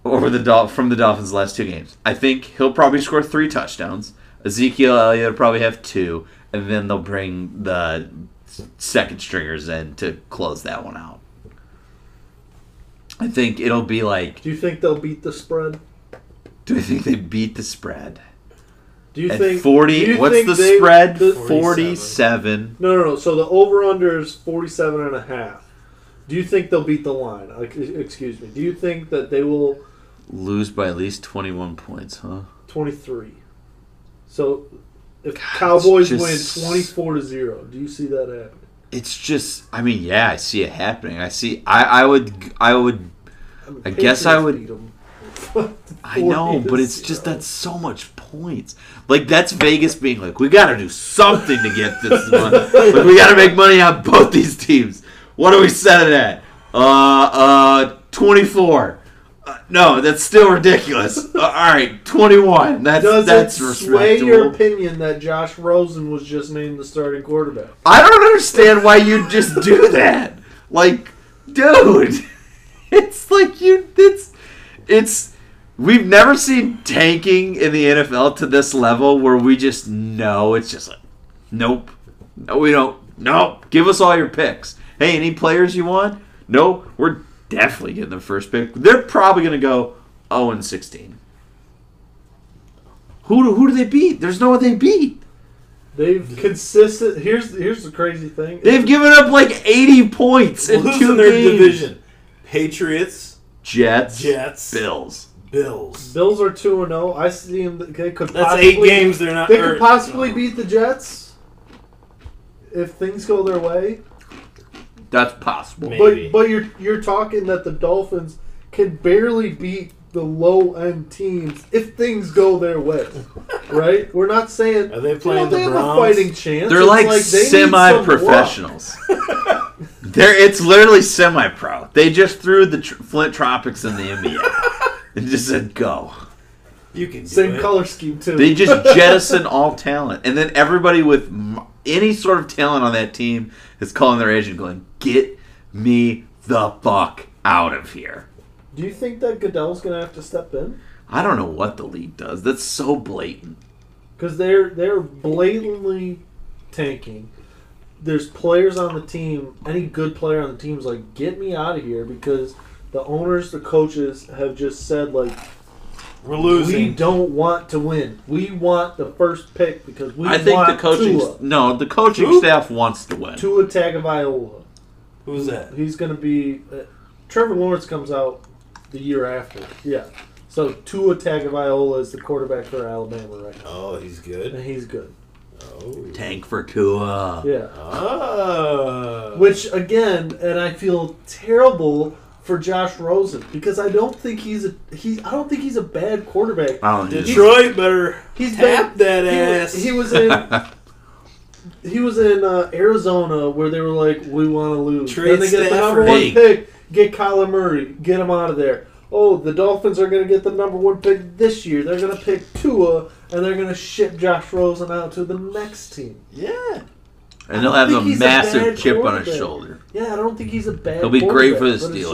over the Dol- from the Dolphins last two games. I think he'll probably score three touchdowns. Ezekiel Elliott will probably have two, and then they'll bring the second stringers in to close that one out. I think it'll be like.
Do you think they'll beat the spread?
Do I think they beat the spread?
Do you
At
think
forty,
do you
what's
think
the
they-
spread?
the-
Forty-seven.
No, no, no. So the over under is 47 and a half. Do you think they'll beat the line? Uh, ex- Excuse me. Do you think that they will
Lose by at least twenty-one points, huh?
23? So if
God,
Cowboys
it's
win
just-
24 to 0, do you see that happening?
it's just i mean yeah i see it happening i see i i would i would
mean,
I guess I
Patriots
would-
beat 'em.
i know
40
but
to
it's just
zero.
that's so much points like that's vegas being like we gotta do something to get this money like we gotta make money on both these teams what are we setting at uh uh 24 uh, no that's still ridiculous uh, all right 21 that's
Does
that's
it sway your
respectable
opinion that Josh Rosen was just named the starting quarterback?
I don't understand why you just do that. Like, dude, it's like you. It's it's. We've never seen tanking in the NFL to this level where we just know it's just like, nope, no, we don't. Nope, give us all your picks. Hey, any players you want? No, we're definitely getting the first pick. They're probably gonna go zero and sixteen. Who do, who do they beat? There's no one they beat.
They've consistent. Here's here's the crazy thing.
They've given up like 80 points in
Losing
two
their
games.
division. Patriots,
Jets,
Jets,
Bills.
Bills.
Bills are two and zero. I see them. They could.
That's
possibly,
eight games they're not.
They
or-
could possibly beat the Jets if things go their way.
That's possible.
Maybe.
But but you're you're talking that the Dolphins can barely beat the low end teams if things go their way, right? We're not saying
Are they
you
playing
know,
the
they Have
Browns?
a fighting chance.
They're
It's
like,
they need some luck.
semi-professionals. They're it's literally semi-pro. They just threw the tr- Flint Tropics in the NBA and just said go.
You can do
Same
it.
color scheme too.
They just jettison all talent, and then everybody with m- any sort of talent on that team is calling their agent, going, "Get me the fuck out of here."
Do you think that Goodell's going to have to step in?
I don't know what the league does. That's so blatant.
Because they're they're blatantly tanking. There's players on the team. Any good player on the team's like, get me out of here because the owners, the coaches have just said like,
We're
we
losing.
don't want to win. We want the first pick because we
I think
want
the coaching
Tua,
no, the coaching
Who?
staff wants to win.
Tua Tagovailoa.
Who's that?
He's going to be. Uh, Trevor Lawrence comes out the year after. Yeah. So Tua Tagovailoa is the quarterback for Alabama right now,
Oh, he's good.
and he's good.
Oh.
Tank for Tua.
Yeah.
Oh.
Which again, and I feel terrible for Josh Rosen because I don't think he's a he. I don't think he's a bad quarterback.
I don't know.
Detroit better
He's
tap
bad.
that
He
ass.
was, he was in. He was in uh, Arizona where they were like, "We want to lose."
Trade
then they get the number
Stafford.
one
Hey.
pick, get Kyler Murray, get him out of there. Oh, the Dolphins are going to get the number one pick this year. They're going to pick Tua, and they're going to ship Josh Rosen out to the next team.
yeah.
and he'll have
think
a
he's a
massive
bad
chip on his
quarterback.
shoulder.
Yeah, I don't think he's a bad.
He'll be great for the
quarterback,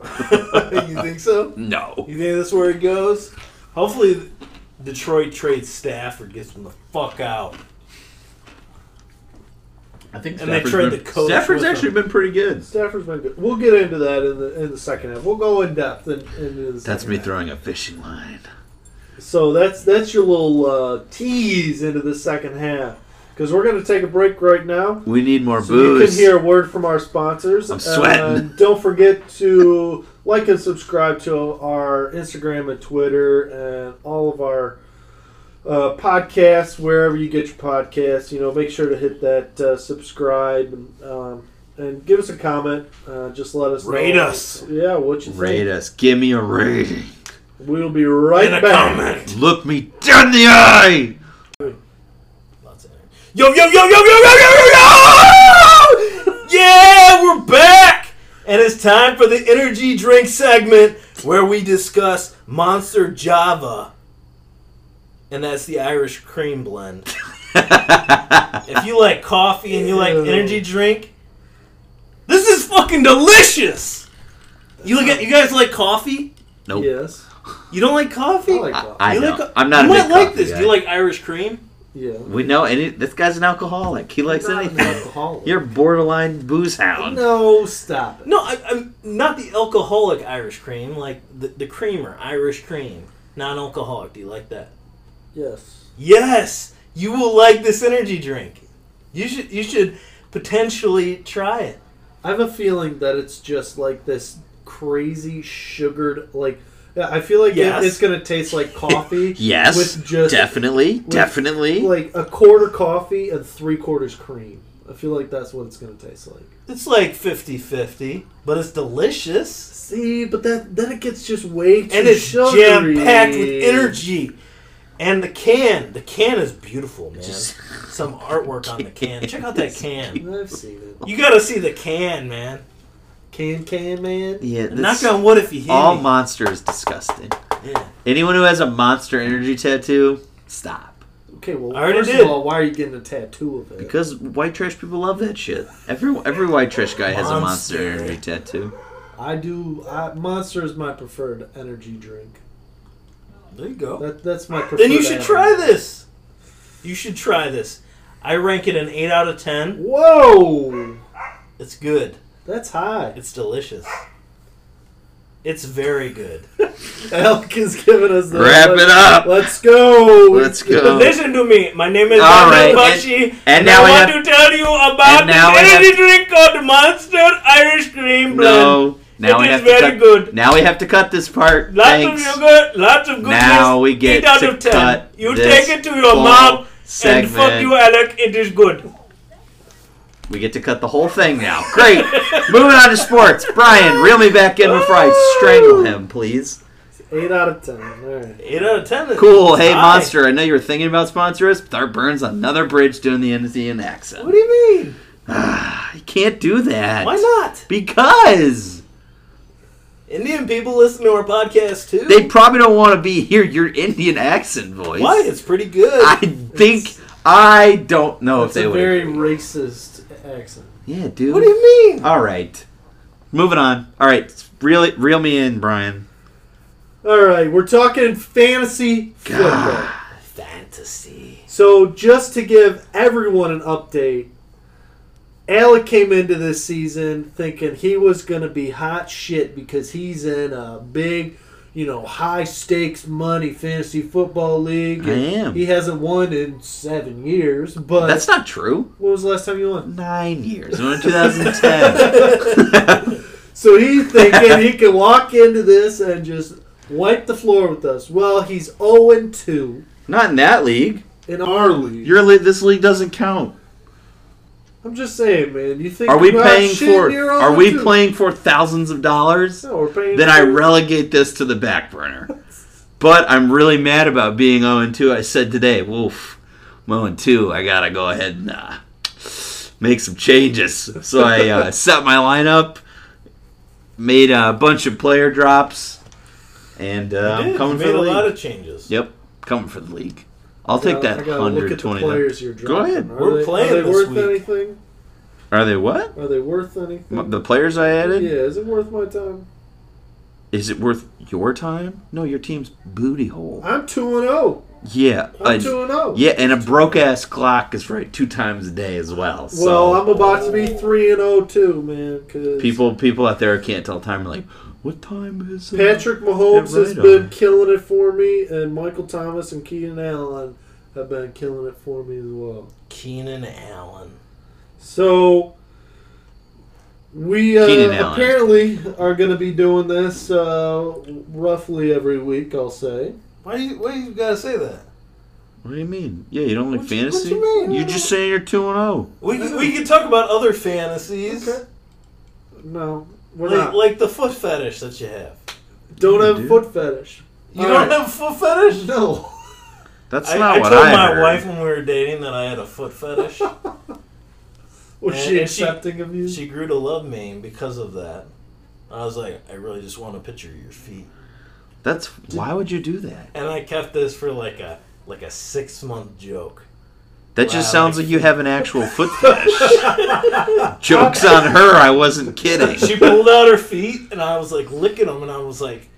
but it's
Steelers.
just-
you think so?
No.
You think that's where it goes? Hopefully, Detroit trades Stafford, gets him the fuck out.
I think
And they Stafford's trade been- the coach
Stafford's
with
actually
him.
been pretty good.
Stafford's been good. We'll get into that in the in the second half. We'll go in depth in, in the second
That's me
half.
throwing a fishing line.
So that's that's your little uh, tease into the second half because we're going to take a break right now.
We need more
So you
booze.
can hear a word from our sponsors.
I'm sweating.
And don't forget to like and subscribe to our Instagram and Twitter and all of our uh, podcasts wherever you get your podcasts. You know, make sure to hit that uh, subscribe and, um, and give us a comment. Uh, just let us
Rate
know.
us.
Yeah, what you
Rate
think.
us. Give me a rating.
We'll be right
In a
back.
comment.
Look me down the eye.
Lots of energy. Yo, yo, yo, yo, yo, yo, yo, yo, yo! Yeah, we're back! And it's time for the energy drink segment where we discuss Monster Java. And that's the Irish cream blend. if you like coffee and you like
Ew.
energy drink, this is fucking delicious! You look at you guys like coffee?
Nope.
Yes.
You don't like
I
coffee?
like
I,
that.
I
you
know.
Like,
I'm not
You
a
might
big
like
coffee
this.
guy.
Do you like Irish cream?
yeah.
We know, and it, this guy's an alcoholic. He likes
Not an
anything.
alcoholic.
You're borderline booze hound.
No, stop it.
No, I, I'm not the alcoholic Irish cream, like the, the creamer, Irish cream, non-alcoholic. Do you like that?
Yes.
Yes, you will like this energy drink. You should you should potentially try it.
I have a feeling that it's just like this crazy sugared like. Yeah, I feel like it-
Yes.
it's gonna taste like coffee.
Yes,
with just
definitely, definitely.
like a quarter coffee and three quarters cream. I feel like that's what it's gonna taste like.
It's like 50-50, but it's delicious
See, but that then it gets just way too
and it's
sugary.
jam packed with energy. And the can, the can is beautiful, man.
Just-
Some artwork on the can. Check out that can.
I've seen it.
You gotta see the can, man.
Can can man.
yeah,
Knock
this,
on wood if you hear
all
me.
monster is disgusting.
Yeah.
Anyone who has a monster energy tattoo, stop.
Okay, well,
I already
first
did.
of all, why are you getting a tattoo of it?
Because white trash people love that shit. Every every white trash guy has a monster
Monster.
energy tattoo.
I do. I, Monster is my preferred energy drink.
There you go.
That, that's my preferred.
Then you should
animal.
try this. You should try this. I rank it an 8 out of 10.
Whoa,
It's good.
that's high.
It's delicious. It's very good.
Elk is giving us the
Wrap
let's-
it up.
Let's go.
Let's go.
Listen to me. My name is
All
Daniel
right, and-
Bakshi, and,
and now
I
I
want
have-
to tell you about
and now
the
I have-
energy drink called Monster Irish Cream Blend.
No,
It
now we
is
have to
very
cut.
good.
Now we have to cut this part.
Lots
Thanks.
of sugar, lots of goodness.
Now we
8
get
out
to
of 10.
cut
you
this
take it to your
full
mouth
segment.
and fuck you, Alec. It is good.
We get to cut the whole thing now. Great. Moving on to sports. Brian, reel me back in before I strangle him, please.
Eight out of ten. All right.
8 out of 10. is-
Cool. Hey,
Hi.
Monster, I know you were thinking about sponsoring us, but there burns another bridge doing the Indian accent.
What do you mean?
I can't do that.
Why not?
Because
Indian people listen to our podcast too.
they probably don't want to be hear your Indian accent voice.
Why? It's pretty good.
I think I don't know
That's
if they
a
would.
very racist accent.
yeah, dude.
What do you mean?
All right. Moving on. All right. Reel, it, reel me in, Brian.
All right, we're talking fantasy football.
Fantasy.
So just to give everyone an update, Alec came into this season thinking he was going to be hot shit because he's in a big, you know, high stakes money fantasy football league.
I
and
am.
He hasn't won in seven years, but
That's not true.
what was the last time you won?
Nine years. We're in 2010.
So he's thinking he can walk into this and just wipe the floor with us. Well, he's 0 2
not in that league.
in our league.
Your league. This league doesn't count.
I'm just saying, man. You think
Are we
about
paying
shit,
for?
you're
Are
0
we
2.
playing for thousands of dollars?
No, we're paying.
Then I
for-
relegate this to the back burner. But I'm really mad about being 0 2. I said today, woof, I'm 0 2. I gotta go ahead and uh, make some changes. So I uh, set my lineup, made a bunch of player drops, and uh,
You
I'm
did.
coming
You
for the
made
league.
a lot of changes.
yep, coming for the league. I'll
I
take
gotta- I
that
gotta look at the
120.
players you're
Go
dropping.
ahead.
Are
We're
they-
playing
Are they
this
worth
week.
anything?
Are they what?
Are they worth anything?
M- The players I added?
yeah, is it worth my time?
Is it worth your time? No, your team's booty hole.
I'm two and zero.
Yeah.
I'm
a-
two and oh. zero.
Yeah, and a broke ass clock is right two times a day as well. So
Well, I'm about to be three and zero too, man. Cause
people people out there can't tell time. They're like, what time is it?
Patrick Mahomes
Yeah, right
has been
on.
killing it for me, and Michael Thomas and Keenan Allen have been killing it for me as well.
Keenan Allen.
So we uh,
Keenan Allen.
apparently are going to be doing this uh, roughly every week. I'll say.
Why do you? Why you gotta say that?
What do you mean? Yeah, you don't like
What you- what
fantasy.
you mean?
are just saying you're two and oh. zero.
We can, we can talk about other fantasies,
Okay. No, we're
like
not.
like the foot fetish that you have.
Don't
Yeah,
have
dude.
foot fetish.
You
All
don't
right.
have a foot fetish?
No.
That's
I,
not
I
what
told
I
my
heard.
wife when we were dating that I had a foot fetish.
Was
And-
she
and she-
accepting of you?
she grew to love me because of that. I was like, I really just want a picture of your feet,
That's why would you do that?
and I kept this for like a like a six month joke.
That
Wow,
just sounds
like-
like you have an actual foot fetish. Jokes on her. I wasn't kidding.
She pulled out her feet, and I was like licking them, and I was like,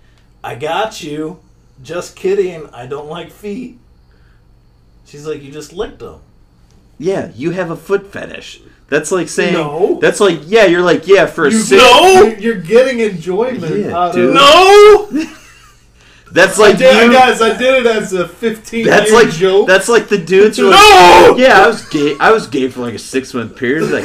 I got you. Just kidding. I don't like feet. She's like, you just licked them.
yeah, you have a foot fetish. That's like saying.
No.
That's like yeah. You're like yeah for a
You-
six.
No!
you- Oh, You're getting enjoyment
Yeah,
out
dude.
of
No.
That's
I
like
did,
you.
guys, I did it as a 15
That's
year
like
joke.
that's like the dudes who are
No!
like, yeah, I was gay. I was gay for like a six month period. Like,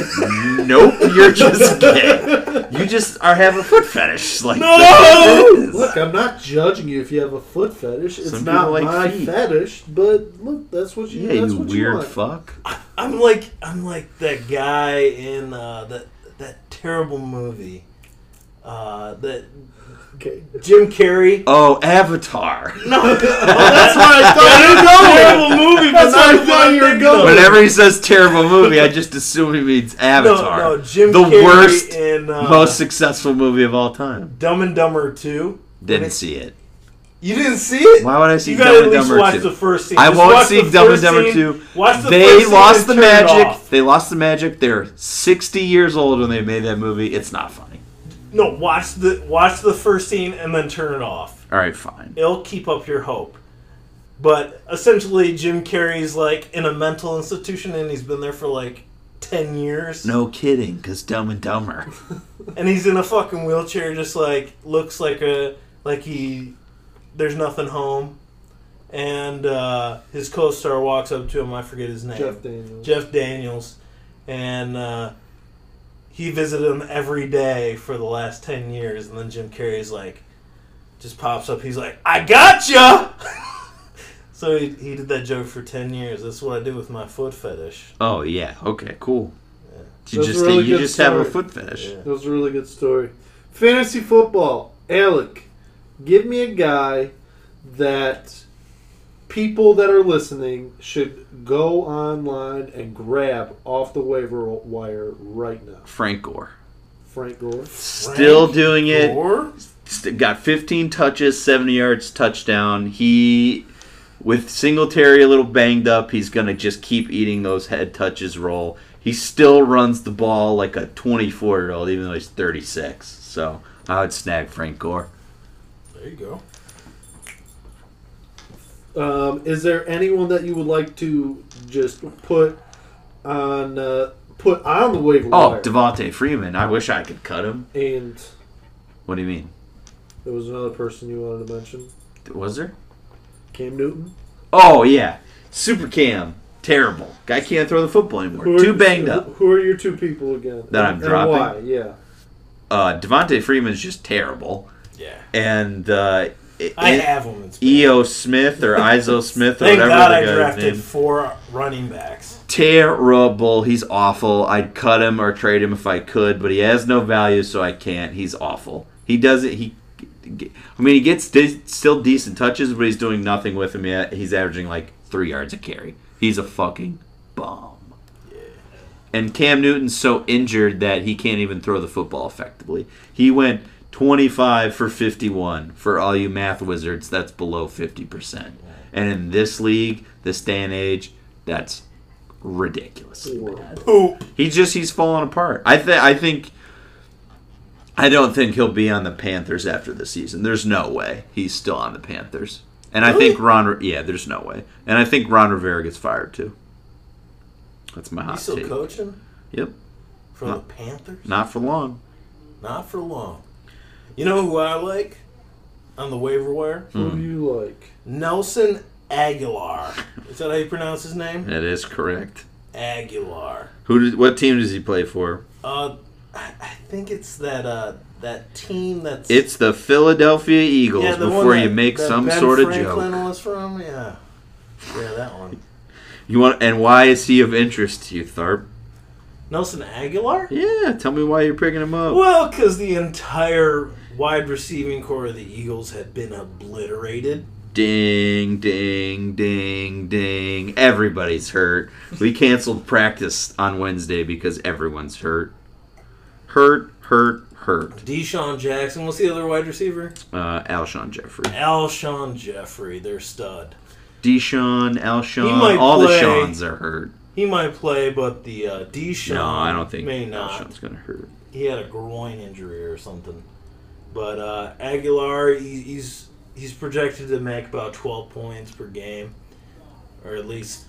nope, you're just gay. You just are have a foot fetish. Like,
No!
that's what it is.
Look, I'm not judging you if you have a foot fetish. It's
Some
not
people like
my
feet.
fetish, but look, that's what you.
yeah,
that's
you
what
weird
you want.
fuck.
I'm like I'm like that guy in uh, that that terrible movie. Uh, that
Okay.
Jim Carrey.
Oh, Avatar.
No,
that's where I
I
thought
don't know. Terrible movie. but
That's
not
where I
the
thought
one
you were
thing,
going.
though.
Whenever he says terrible movie, I just assume he means Avatar,
No, no, Jim
The
Carrey
worst,
in uh,
most successful movie of all time.
Dumb and Dumber Two.
Didn't see it.
You didn't see it?
Why would I see
you gotta
Dumb
at
and
least
Dumber
watch
two?
the first scene.
I
Just
won't
watch
see
the
Dumb and
first
Dumber
scene.
two.
Watch the first
they
scene
lost
and turn
the
it
magic.
off.
They lost the magic. They're 60 years old when they made that movie. It's not funny.
No, watch the watch the first scene and then turn it off.
All right, fine.
It'll keep up your hope. But essentially, Jim Carrey's like in a mental institution, and he's been there for like ten years.
No kidding, because Dumb and Dumber.
and he's in a fucking wheelchair, just like looks like a like he there's nothing home, and uh, his co-star walks up to him. I forget his name,
Jeff Daniels.
Jeff Daniels, and uh, he visited him every day for the last ten years. And then Jim Carrey's like, just pops up. He's like, I gotcha. so he, he did that joke for ten years. That's what I do with my foot fetish.
Oh yeah. Okay. Cool. You
That's
just
a really
you
good
just have a
story.
foot fetish.
Yeah.
That was a really good story. Fantasy football. Alec, give me a guy that people that are listening should go online and grab off the waiver wire right now.
Frank Gore
Frank Gore.
still doing it.
Or
St- got 15 touches, 70 yards, touchdown. He With Singletary a little banged up, he's going to just keep eating those head touches roll. He still runs the ball like a 24 year old, even though he's 36. So I would snag Frank Gore.
There you go.
Um, is there anyone that you would like to just put on uh, put on the waiver
Oh,
wire?
Devontae Freeman. I wish I could cut him.
and
What do you mean?
there was another person you wanted to mention,
Was there?
Cam Newton.
Oh, yeah. Super Cam. Terrible. Guy can't throw the football anymore.
are-
Too banged up.
Who are your two people again?
That I'm
and
dropping?
Why? Yeah.
Uh, Devontae Freeman's just terrible.
Yeah.
And uh,
I
and-
have him. It's
EO E Smith or Iso Smith or
Thank
whatever
God
the
I
guy's
drafted
name.
four running backs.
Terrible. He's awful. I'd cut him or trade him if I could, but he has no value, so I can't. He's awful. He doesn't. He. I mean, he gets di- still decent touches, but he's doing nothing with him yet. He's averaging like three yards a carry. He's a fucking bomb. And Cam Newton's so injured that he can't even throw the football effectively. He went 25 for 51. For all you math wizards, that's below 50%. And in this league, this day and age, that's ridiculous.
Poop.
He just he's falling apart. I think I think I don't think he'll be on the Panthers after the season. There's no way he's still on the Panthers. And I think Ron yeah, there's no way. And I think Ron Rivera gets fired too. That's my hot
He's still
take.
coaching
Yep.
for
Huh.
the Panthers?
Not for long.
Not for long. You know who I like on the waiver wire?
Who do you like?
Nelson Aguilar. Is that how you pronounce his name?
That is correct.
Aguilar.
Who? Does, what team does he play for?
Uh, I I think it's that uh that team that's
It's the Philadelphia Eagles.
the one
before you
that-
make
that
some
Ben
sort of
Franklin
joke,
was from yeah, yeah that one.
you want. And why is he of interest to you, Tharp?
Nelson Aguilar.
Yeah, tell me why you're picking him up.
Well, because the entire wide receiving core of the Eagles had been obliterated.
Ding, ding, ding, ding. Everybody's hurt. We canceled practice on Wednesday because everyone's hurt. Hurt, hurt, hurt.
Deshaun Jackson. What's the other wide receiver?
Uh, Alshon Jeffrey,
Alshon Jeffrey, their stud.
Deshaun,
He might
Alshon, all the
play-
Shawns are hurt.
He might play, but the uh, Deshaun
No, I don't think
may not.
Alshon's gonna hurt.
he had a groin injury or something. But uh, Aguilar, he, he's he's projected to make about 12 points per game, or at least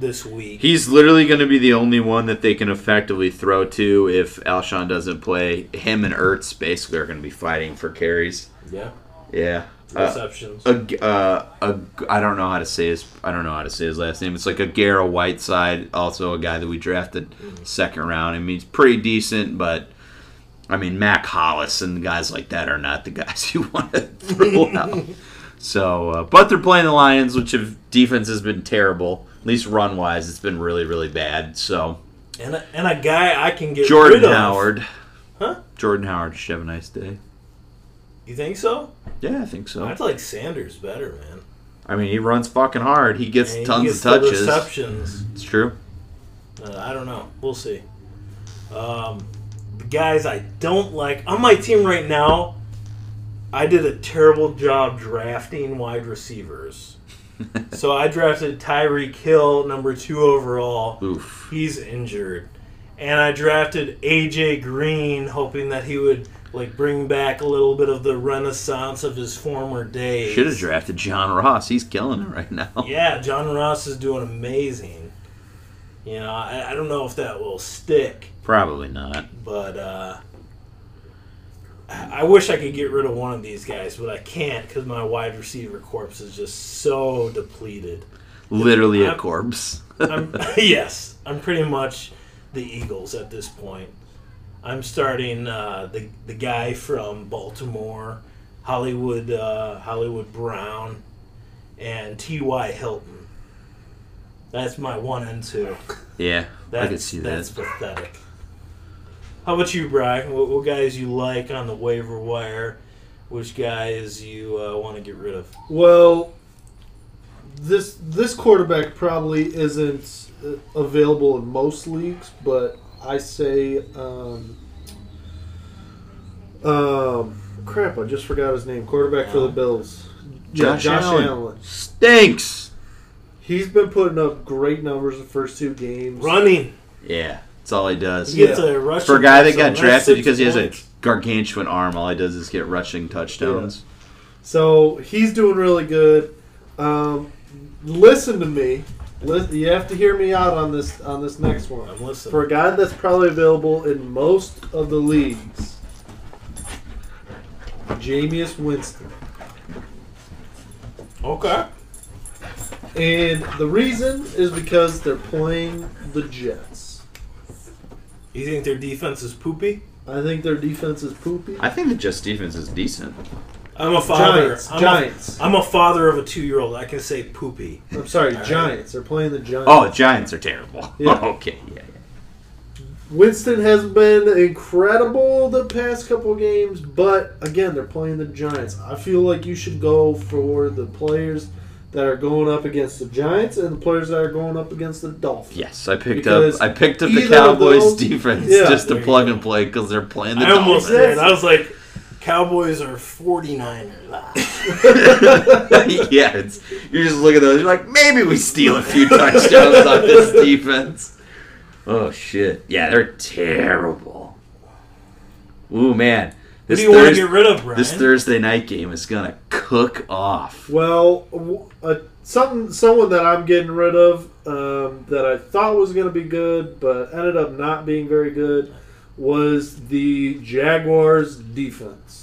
this week.
He's literally going to be the only one that they can effectively throw to if Alshon doesn't play. Him and Ertz basically are going to be fighting for carries.
yeah,
Yeah. Uh,
receptions.
a, uh, a, I don't know how to say his. I don't know how to say his last name. It's like a Gara Whiteside, also a guy that we drafted second round. I mean, he's pretty decent, but I mean, Mac Hollis and guys like that are not the guys you want to throw out. So, uh, but they're playing the Lions, which have defense has been terrible. At least run wise, it's been really, really bad. So,
and, a, and a guy I can get
Jordan
rid of.
Howard.
Huh?
Jordan Howard should have a nice day.
You think so?
Yeah, I think so.
I'd like Sanders better, man.
I mean, he runs fucking hard. He gets
And he
tons
gets
of
the
touches.
Receptions.
It's true.
Uh, I don't know. We'll see. Um, the guys I don't like on my team right now. I did a terrible job drafting wide receivers. so I drafted Tyreek Hill, number two overall.
Oof.
He's injured, and I drafted AJ Green, hoping that he would like bring back a little bit of the renaissance of his former days.
Should have drafted John Ross. He's killing it right now.
Yeah, John Ross is doing amazing. You know, I, I don't know if that will stick.
Probably not.
but uh, I I wish I could get rid of one of these guys, but I can't because my wide receiver corpse is just so depleted.
Literally a
I'm-
corpse.
I'm, yes, I'm pretty much the Eagles at this point. I'm starting uh, the the guy from Baltimore, Hollywood uh, Hollywood Brown, and T. Y. Hilton. That's my one and two.
yeah,
That's,
I could see
that's
that.
pathetic. How about you, Brian? What, what guys you like on the waiver wire? Which guys you uh, want to get rid of?
Well, this this quarterback probably isn't uh, available in most leagues, but I say, um, um, crap, I just forgot his name. Quarterback for the Bills, Yeah,
Stinks.
He's been putting up great numbers the first two games.
Running.
Yeah, that's all he does.
He gets
Yeah.
a rushing
For a guy that
touchdown.
got
That's
drafted
six
because he has a
points.
gargantuan arm, all he does is get rushing touchdowns.
So he's doing really good. Um, listen to me. Lis- You have to hear me out on this on this next one.
I'm listening.
For a guy that's probably available in most of the leagues, Jameis Winston.
okay.
And the reason is because they're playing the Jets.
You think their defense is poopy?
I think their defense is poopy.
I think the Jets defense is decent.
I'm a father.
Giants.
I'm a-
Giants.
I'm a father of a two-year-old. I can say poopy.
I'm sorry,
right.
Giants. They're playing the Giants.
Oh, Giants are terrible.
Yeah.
okay, yeah, yeah.
Winston has been incredible the past couple games, but again, they're playing the Giants. I feel like you should go for the players that are going up against the Giants and the players that are going up against the Dolphins.
Yes, I picked
Because
up. I picked up the
either of
Cowboys
those-
defense
Yeah.
just to
There you
plug
go.
and play because they're playing the
I almost
Dolphins.
did. I was like, Cowboys are 49ers. Ah.
yeah, it's, you're just looking at those. You're like, maybe we steal a few touchdowns off this defense. Oh shit! Yeah, they're terrible. Ooh man,
Who
this
do you want to
Thurs-
get rid of, Brian?
this Thursday night game is gonna cook off.
Well, w- uh, something, someone that I'm getting rid of um, that I thought was going to be good, but ended up not being very good, was the Jaguars' defense.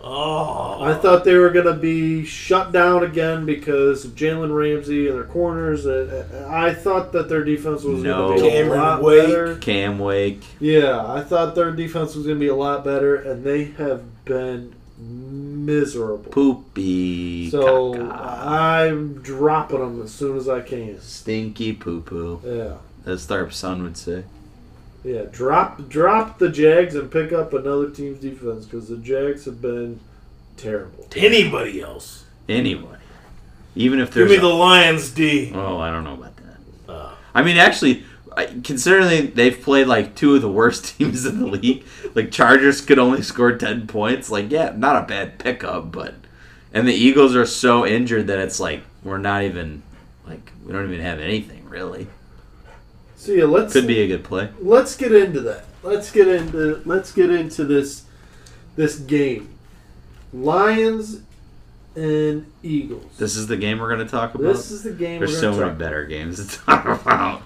oh.
I thought they were going to be shut down again because of Jalen Ramsey and their corners. Uh, uh, I thought that their defense was
No.
going to be
Cameron
a lot
Wake.
better.
Cam Wake,
Yeah, I thought their defense was going to be a lot better, and they have been miserable.
poopy,
So uh,
caca,
I'm dropping them as soon as I can.
stinky poo poo,
Yeah,
as Tharp son would say.
yeah. Drop, drop the Jags and pick up another team's defense because the Jags have been terrible.
Anybody else?
Anyway, even if
Give
there's
me
a-
the Lions D.
oh, I don't know about that.
Uh,
I mean, actually, I- considering they- they've played like two of the worst teams in the league, like Chargers could only score ten points. Like, yeah, not a bad pickup, but and the Eagles are so injured that it's like we're not even like we don't even have anything really.
So yeah, let's
Could be a good play.
let's get into that. Let's get into let's get into this this game. Lions and Eagles.
This is the game we're gonna talk about.
This is the game
There's
we're
so
going
many
to talk.
better games to talk about.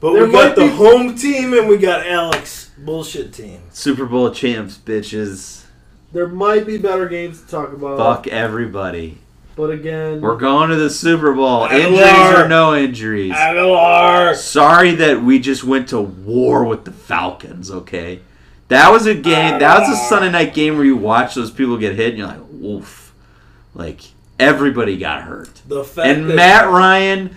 but
There
we
might
got the
be-
home team and we got Alex bullshit team.
Super Bowl champs, bitches.
There might be better games to talk about,
Fuck everybody.
but again,
We're going to the Super Bowl.
Aguilar.
Injuries or no injuries.
Aguilar.
Sorry that we just went to war with the Falcons, okay? That was a game, that was a Sunday night game where you watch those people get hit and you're like, oof. Like, everybody got hurt.
The fact
And
that
Matt Ryan,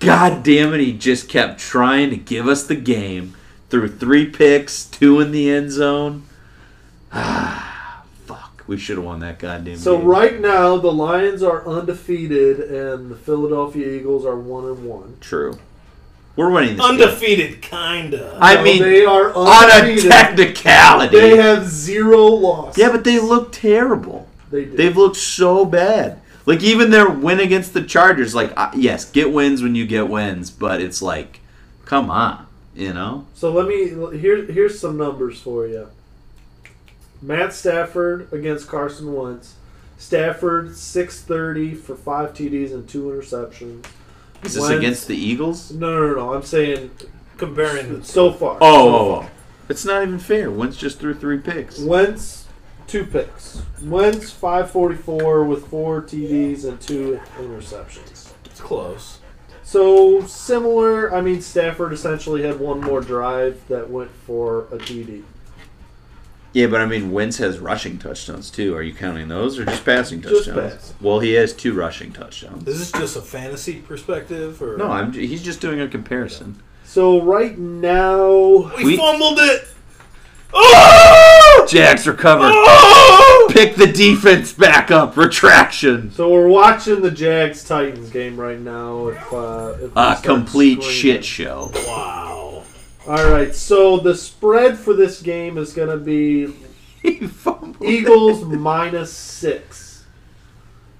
god damn it, he just kept trying to give us the game through three picks, two in the end zone. Fuck, we should have won that goddamn
so
game.
right now the Lions are undefeated and the Philadelphia Eagles are one and one.
True. We're winning this game.
undefeated, kinda.
I
No,
mean,
they are
on a
undefeated.
technicality.
They have zero loss.
Yeah, but they look terrible.
they do.
They've looked so bad. Like even their win against the Chargers, like I- yes, get wins when you get wins, but it's like, come on, you know.
So let me here. Here's some numbers for you. Matt Stafford against Carson Wentz. Stafford six thirty for five TDs and two interceptions.
Is this
Wentz-
against the Eagles?
No, no, no. no. I'm saying
comparing
so far.
Oh, oh, oh. it's not even fair. Wentz just threw three picks.
Wentz two picks. Wentz five forty four with four TDs and two interceptions.
it's close.
So similar. I mean, Stafford essentially had one more drive that went for a TD.
Yeah, but I mean, Wentz has rushing touchdowns too. Are you counting those or just passing
Just
touchdowns?
pass.
Well, he has two rushing touchdowns.
Is this just a fantasy perspective or
No, I'm. He's just doing a comparison.
So right now,
we,
we- Ah!
fumbled it. Oh!
Jags recover.
Oh!
Pick the defense back up. Retraction.
So we're watching the Jags Titans game right now. If, uh, if we
A
start
Ah, complete
screaming.
shit show.
Wow.
All right, so the spread for this game is going to be
He fumbled.
Eagles minus six.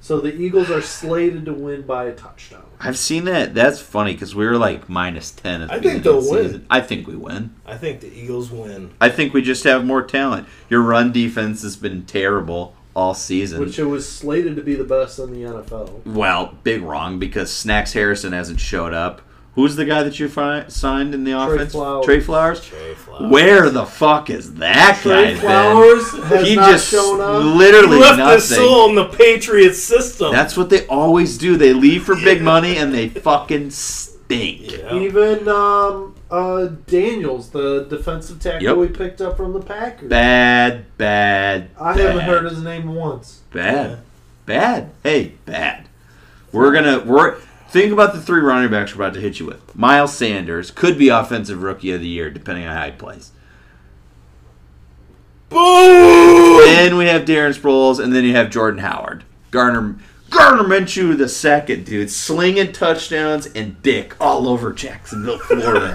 So the Eagles are slated to win by a touchdown.
I've seen that. That's funny because we were like minus ten. At the
I think
beginning of the
they'll win.
season. I think we win.
I think the Eagles win.
I think we just have more talent. Your run defense has been terrible all season.
Which it was slated to be the best in the NFL.
well, big wrong because Snacks Harrison hasn't showed up. Who's the guy that you fi- signed in the offense?
Flowers.
Trey Flowers.
Trey Flowers.
Where the fuck is that
Trey
guy? been?
Flowers has
He
not
just
shown up.
He
literally
left his
nothing.
soul in the Patriots system.
That's what they always do. They leave for big money and they fucking stink.
yeah.
Even um, uh, Daniels, the defensive tackle
Yep.
we picked up from the Packers.
Bad, bad.
I
bad.
haven't heard his name once.
Bad. Bad. Hey, bad. We're gonna we're think about the three running backs we're about to hit you with. Miles Sanders could be offensive rookie of the year, depending on how he plays.
Boom!
Then we have Darren Sproles, and then you have Jordan Howard. Garner Garner Minshew the second, dude, slinging touchdowns and dick all over Jacksonville, Florida.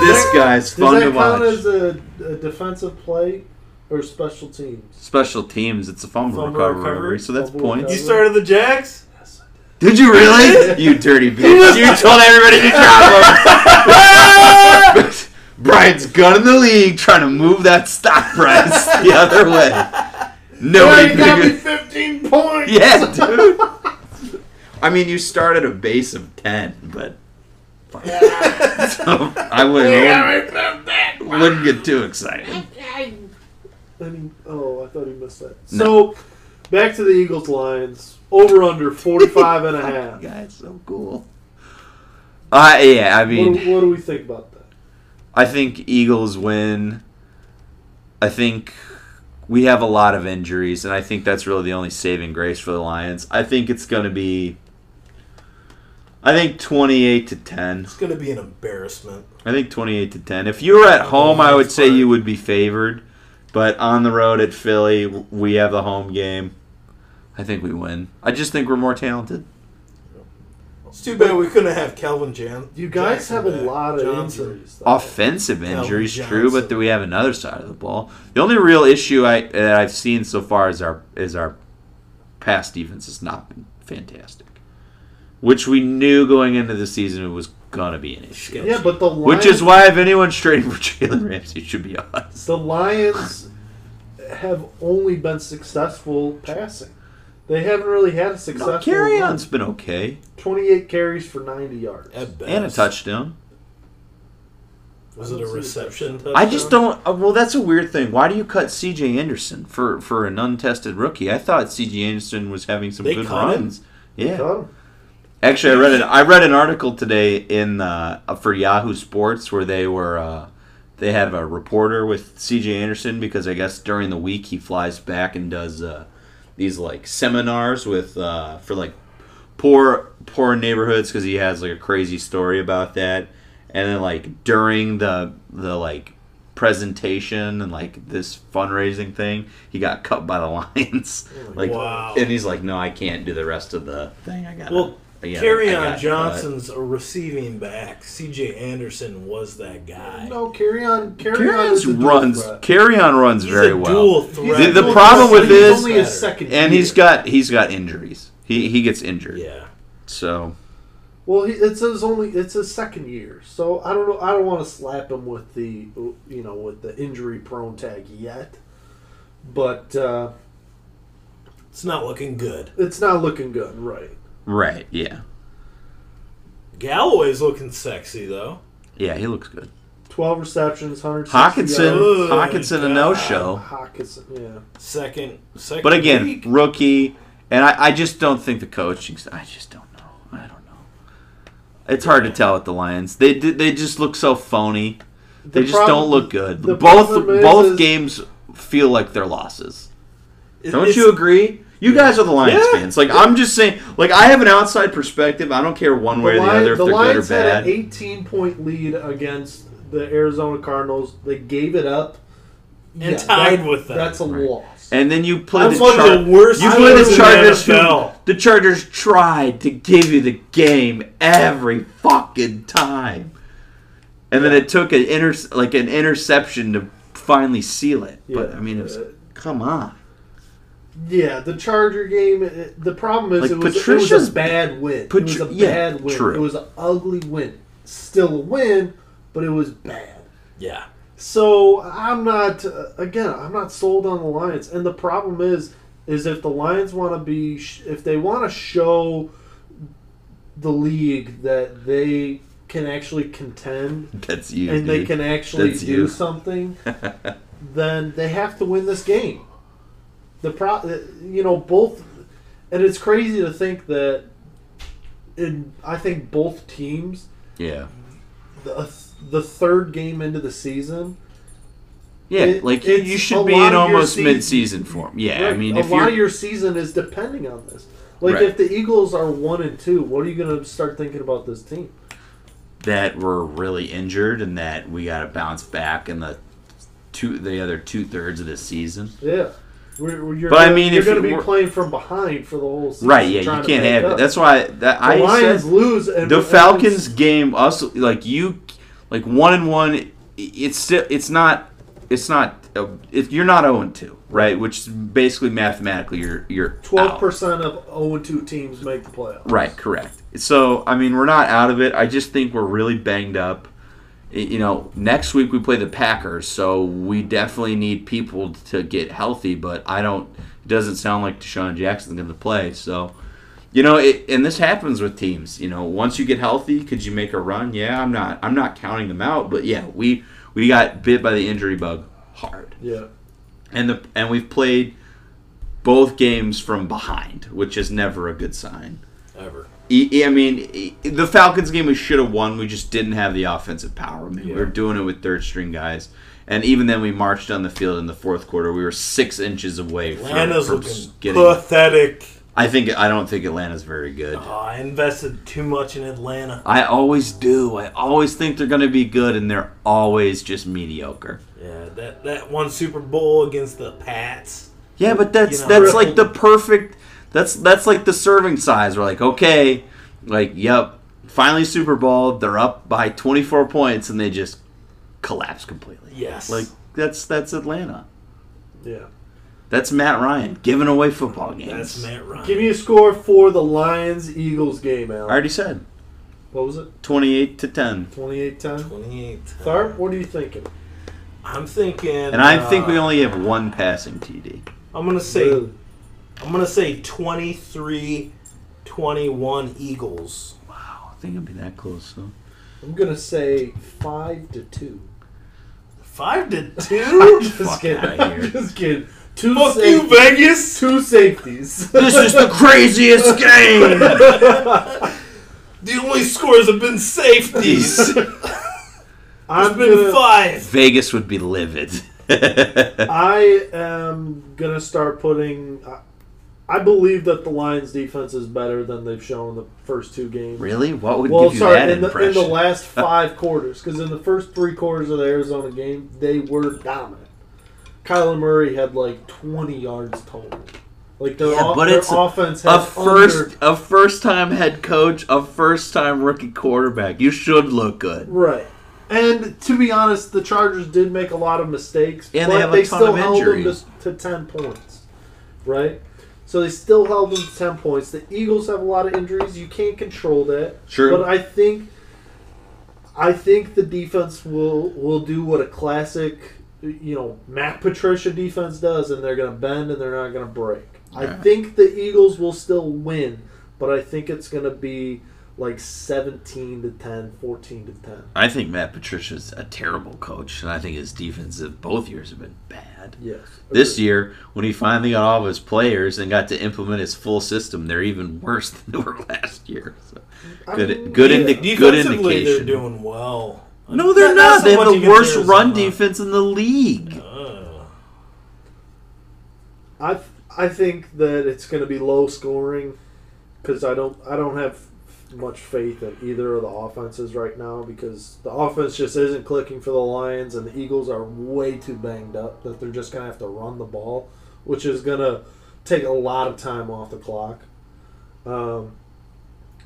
this guy's
Does
fun to
that count as
watch.
a, a defensive play or special teams?
Special teams, it's a fumble,
Fumble
recovery,
recovery.
so that's
Fumble
points.
You started the Jacks?
Yes, I did.
Did you really? you dirty bitch. You told everybody to drop him. Brian's gun in the league trying to move that stock price the other way.
Brian
Nobody
got me
figured.
15 points!
Yeah, dude. I mean, you start at a base of 10, but. fuck. so I wouldn't, wouldn't get too excited.
I mean, oh, I thought he missed that. So, back to the Eagles Lions. Over under 45 and a half.
Guys, so cool. Uh, yeah, I
What,
mean.
do- what do we think about that?
I think Eagles win. I think we have a lot of injuries, and I think that's really the only saving grace for the Lions. I think it's going to be. I think twenty-eight to ten.
It's going to be an embarrassment.
I think twenty-eight to ten. If you were at home, I would say you would be favored, but on the road at Philly, we have the home game. I think we win. I just think we're more talented.
It's too bad we couldn't have Calvin Jan.
You guys
Jackson
have a
back.
lot of
Johnson.
injuries. though.
offensive
Oh,
injuries,
Johnson.
true, but do we have another side of the ball? The only real issue I that I've seen so far is our is our pass defense has not been fantastic, which we knew going into the season it was gonna be an issue.
Yeah, but the Lions,
Which is why if anyone's trading for Jalen Ramsey, it should be us.
the Lions have only been successful passing. They haven't really had a successful
No, carry
run.
on's been okay
28 carries for 90 yards.
At best.
and a touchdown.
Was it a reception touchdown?
I just don't. uh, Well, that's a weird thing. Why do you cut C.J. Anderson for for an untested rookie? I thought C.J. Anderson was having some
They
good
cut him?
runs. Yeah,
Come.
Actually, I read an I read an article today in uh, for Yahoo Sports where they were uh, they have a reporter with C.J. Anderson because I guess during the week he flies back and does uh, these like seminars with uh, for like poor poor neighborhoods because he has like a crazy story about that, and then like during the the like presentation and like this fundraising thing he got cut by the lions like
Wow.
and he's like no i can't do the rest of the thing i got
Well,
yeah,
Carry
I
on
got
Johnson's a receiving back. CJ Anderson was that guy.
No, carry on. Carry
cut.
on is
Carrion's
a dual
runs.
threat.
Carrion runs
He's
very
a
well,
dual threat.
The- the
He's
problem
only-
with
he's
this-
only his second
and he's
year.
got he's got injuries. He he gets injured.
Yeah.
So
Well, he, it's his only. It's his second year, so I don't know. I don't want to slap him with the, you know, with the injury prone tag yet, but uh,
It's not looking good.
it's not looking good, right?
right, yeah,
Galloway's looking sexy though.
yeah, he looks good.
Twelve receptions, hundred.
Hawkinson,
Good
Hawkinson, a
God.
no show.
Hawkinson, yeah.
Second second
But again,
week.
rookie, and I, I just don't think the coaching. st- I just don't know. I don't know. It's hard to tell with the Lions. They d- they just look so phony.
The
They just
problem-
don't look good.
the
Both
problem is-
both
is-
games feel like they're losses.
It-
Don't
it's-
you agree? You guys are the Lions
Yeah.
fans. Like I'm just saying. Like I have an outside perspective. I don't care one way or the
Lion-
other if
the
they're good or
Lions had
bad.
an 18 point lead against the Arizona Cardinals. They gave it up
And tied
that-
with them.
That's a
Right.
loss.
And then you play
That's
the,
one
Char-
of the worst
You play
teams
the
in
Chargers.
NFL.
who- the Chargers tried to give you the game every fucking time, and then it took an inter- like an interception to finally seal it. But
Yeah. Uh,
I mean, it was, come on.
Yeah, the Charger game. It, the problem is
Like,
it, was, it was
Patricia's-
a bad win. it was
Patri-
a
yeah,
bad win.
true.
It was an ugly win. Still a win, but it was bad.
Yeah.
So I'm not uh, again. I'm not sold on the Lions, and the problem is, is if the Lions want to be, sh- if they want to show the league that they can actually contend
That's you.
and they
dude.
can actually
That's
do
you.
something, then they have to win this game. The pro, uh, you know, both, and it's crazy to think that. In, I think both teams,
yeah.
the, the third game into the season,
Yeah,
It-
like you,
it's
you
a
should be
lot
in
of your
almost
season-
mid-season form. Yeah, I
Right.
mean,
a
if
lot
you're
of your season is depending on this. Like,
Right.
if the Eagles are one and two, what are you going to start thinking about this team?
that we're really injured and that we got to bounce back in the two the other two thirds of the season.
Yeah, we're, we're- you're
But I
gonna,
mean,
you're
if
going to
you
be
were-
playing from behind for the whole season,
Right? Yeah,
trying
you
to
can't
make
have
up.
it. That's why that
the
I
Lions
said
lose. And
the Falcons game us like you like one and one. i- It's still it's not it's not uh, if you're not zero and two right, which basically mathematically you're you're
twelve
out.
percent of zero and two teams make the playoffs.
Right, correct. So, I mean, we're not out of it. I just think we're really banged up. Y- You know, next week we play the Packers, so we definitely need people to get healthy, but I don't it doesn't sound like Deshaun Jackson's going to play. So, you know, it, and this happens with teams, you know, once you get healthy, could you make a run? Yeah, I'm not I'm not counting them out, but yeah, we we got bit by the injury bug hard
Yeah,
and the and we've played both games from behind, which is never a good sign.
Ever.
E- e- I mean, e- the Falcons game we should have won. We just didn't have the offensive power. I mean, we were doing it with third string guys, and even then, we marched on the field in the fourth quarter. We were six inches away from,
Atlanta's
from
looking
getting.
pathetic.
I think I don't think Atlanta's very good.
Oh, I invested too much in Atlanta.
I always do. I always think they're going to be good, and they're always just mediocre.
Yeah, that that one Super Bowl against the Pats.
Yeah, but
You
that's
know,
that's
really-
like the perfect. That's that's like the serving size. We're like, okay, like, yep, finally Super Bowl. They're up by 24 points, and they just collapse completely.
Yes.
Like that's that's Atlanta.
yeah.
That's Matt Ryan giving away football games.
That's Matt Ryan.
Give me a score for the Lions Eagles game, Al.
I already said
What was it?
28 to 10,
28-10?
28.
Tharp, what are you thinking?
I'm thinking.
and I think
uh,
we only have one passing TD.
I'm gonna say. I'm gonna say 23, 21 Eagles.
Wow, Oh, I think it'll be that close. So.
I'm gonna say five to two.
Five to two.
Just
Fuck
kidding.
outta here.
Just kidding. Two
Fuck
safe-
you, Vegas.
two safeties.
This is the craziest game.
The only scores have been safeties. It's
I'm
been
gonna,
five.
Vegas would be livid.
I am gonna start putting. I, I believe that the Lions' defense is better than they've shown the first two games.
really? What would
Well,
give you that
sorry, in the, in
impression?
the last five quarters, because in the first three quarters of the Arizona game, they were dominant. Kyler Murray had like 20 yards total. Like their,
Yeah,
o-
but
their
it's a-
offense had
a first
under-
a first time head coach, a first time rookie quarterback. You should look good.
right. And to be honest, the Chargers did make a lot of mistakes,
And they
but
have a
they
ton
still
of
held them
injuries.
to, to 10 points. Right? So they still held them to 10 points. The Eagles have a lot of injuries. You can't control that.
True.
But I think I think the defense will will do what a classic you know Matt Patricia defense does, and they're going to bend and they're not going to break. I
Yeah.
think the Eagles will still win, but I think it's going to be like 17 to 10, 14 to 10.
I think Matt Patricia's a terrible coach, and I think his defense of both years have been bad.
Yes.
This year, when he finally got all of his players and got to implement his full system, they're even worse than they were last year. So,
I
good,
mean,
good,
yeah.
indi- good
Defensively,
indication.
they're doing well.
no, they're not.
so
they have
much
the
against
worst
Arizona.
run defense in the league.
Oh.
I I think that it's going to be low scoring because I don't I don't have much faith in either of the offenses right now because the offense just isn't clicking for the Lions and the Eagles are way too banged up that they're just going to have to run the ball, which is going to take a lot of time off the clock. Um,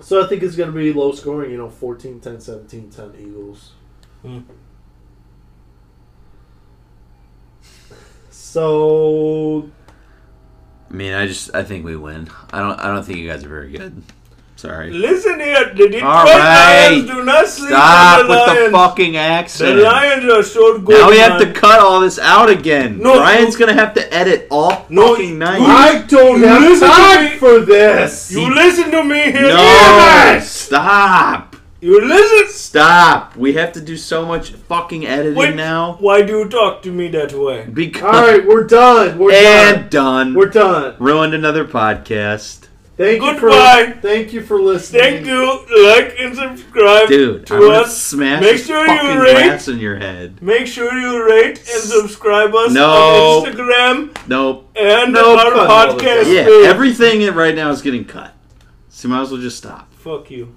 so I think it's going to be low scoring, you know, 14 10, 17 10 Eagles.
Hmm.
So
I mean, I just I think we win. I don't I don't think you guys are very good. Sorry.
Listen here, the Detroit
All right.
Lions do not sleep
Stop
with the
Ah, with the
Lions.
fucking
the
accent.
Lions are so good.
Now we have to
man.
cut all this out again.
No,
Brian's gonna have to edit all
No,
fucking night.
I don't
You
have
listen to me.
time for this.
You listen to me here.
No, stop,
You listen.
stop. We have to do so much fucking editing
Wait.
now
Why do you talk to me that way?
because
All right, we're done. We're
and
done.
done.
We're done.
Ruined another podcast,
Thank you
Goodbye.
for thank you for listening.
Thank you. Like and subscribe
dude.
to
I'm gonna
us.
smash
Make
this
sure you
fucking
rate-
glass in your head.
Make sure you rate and subscribe us
No.
on Instagram
Nope.
and
No,
our
cut all the
podcast.
crap.
Yeah,
page.
everything right now is getting cut. So you might as well just stop.
Fuck you.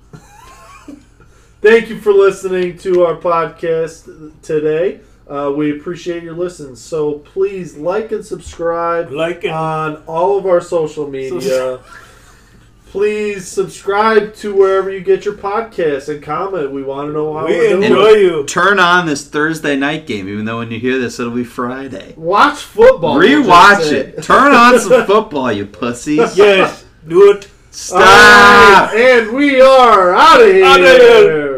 Thank you for listening to our podcast today. Uh, we appreciate your listen. So please like and subscribe
Like and
on all of our social media. Please subscribe to wherever you get your podcasts and comment. We want to know how
we
we're doing.
enjoy you.
Turn on this Thursday night game, even though when you hear this, it'll be Friday.
Watch football. we
Rewatch
just
it.
said.
Turn on some football, you pussies.
Yes, do it.
All right,
Stop.
and we are out of
Outta here.
here.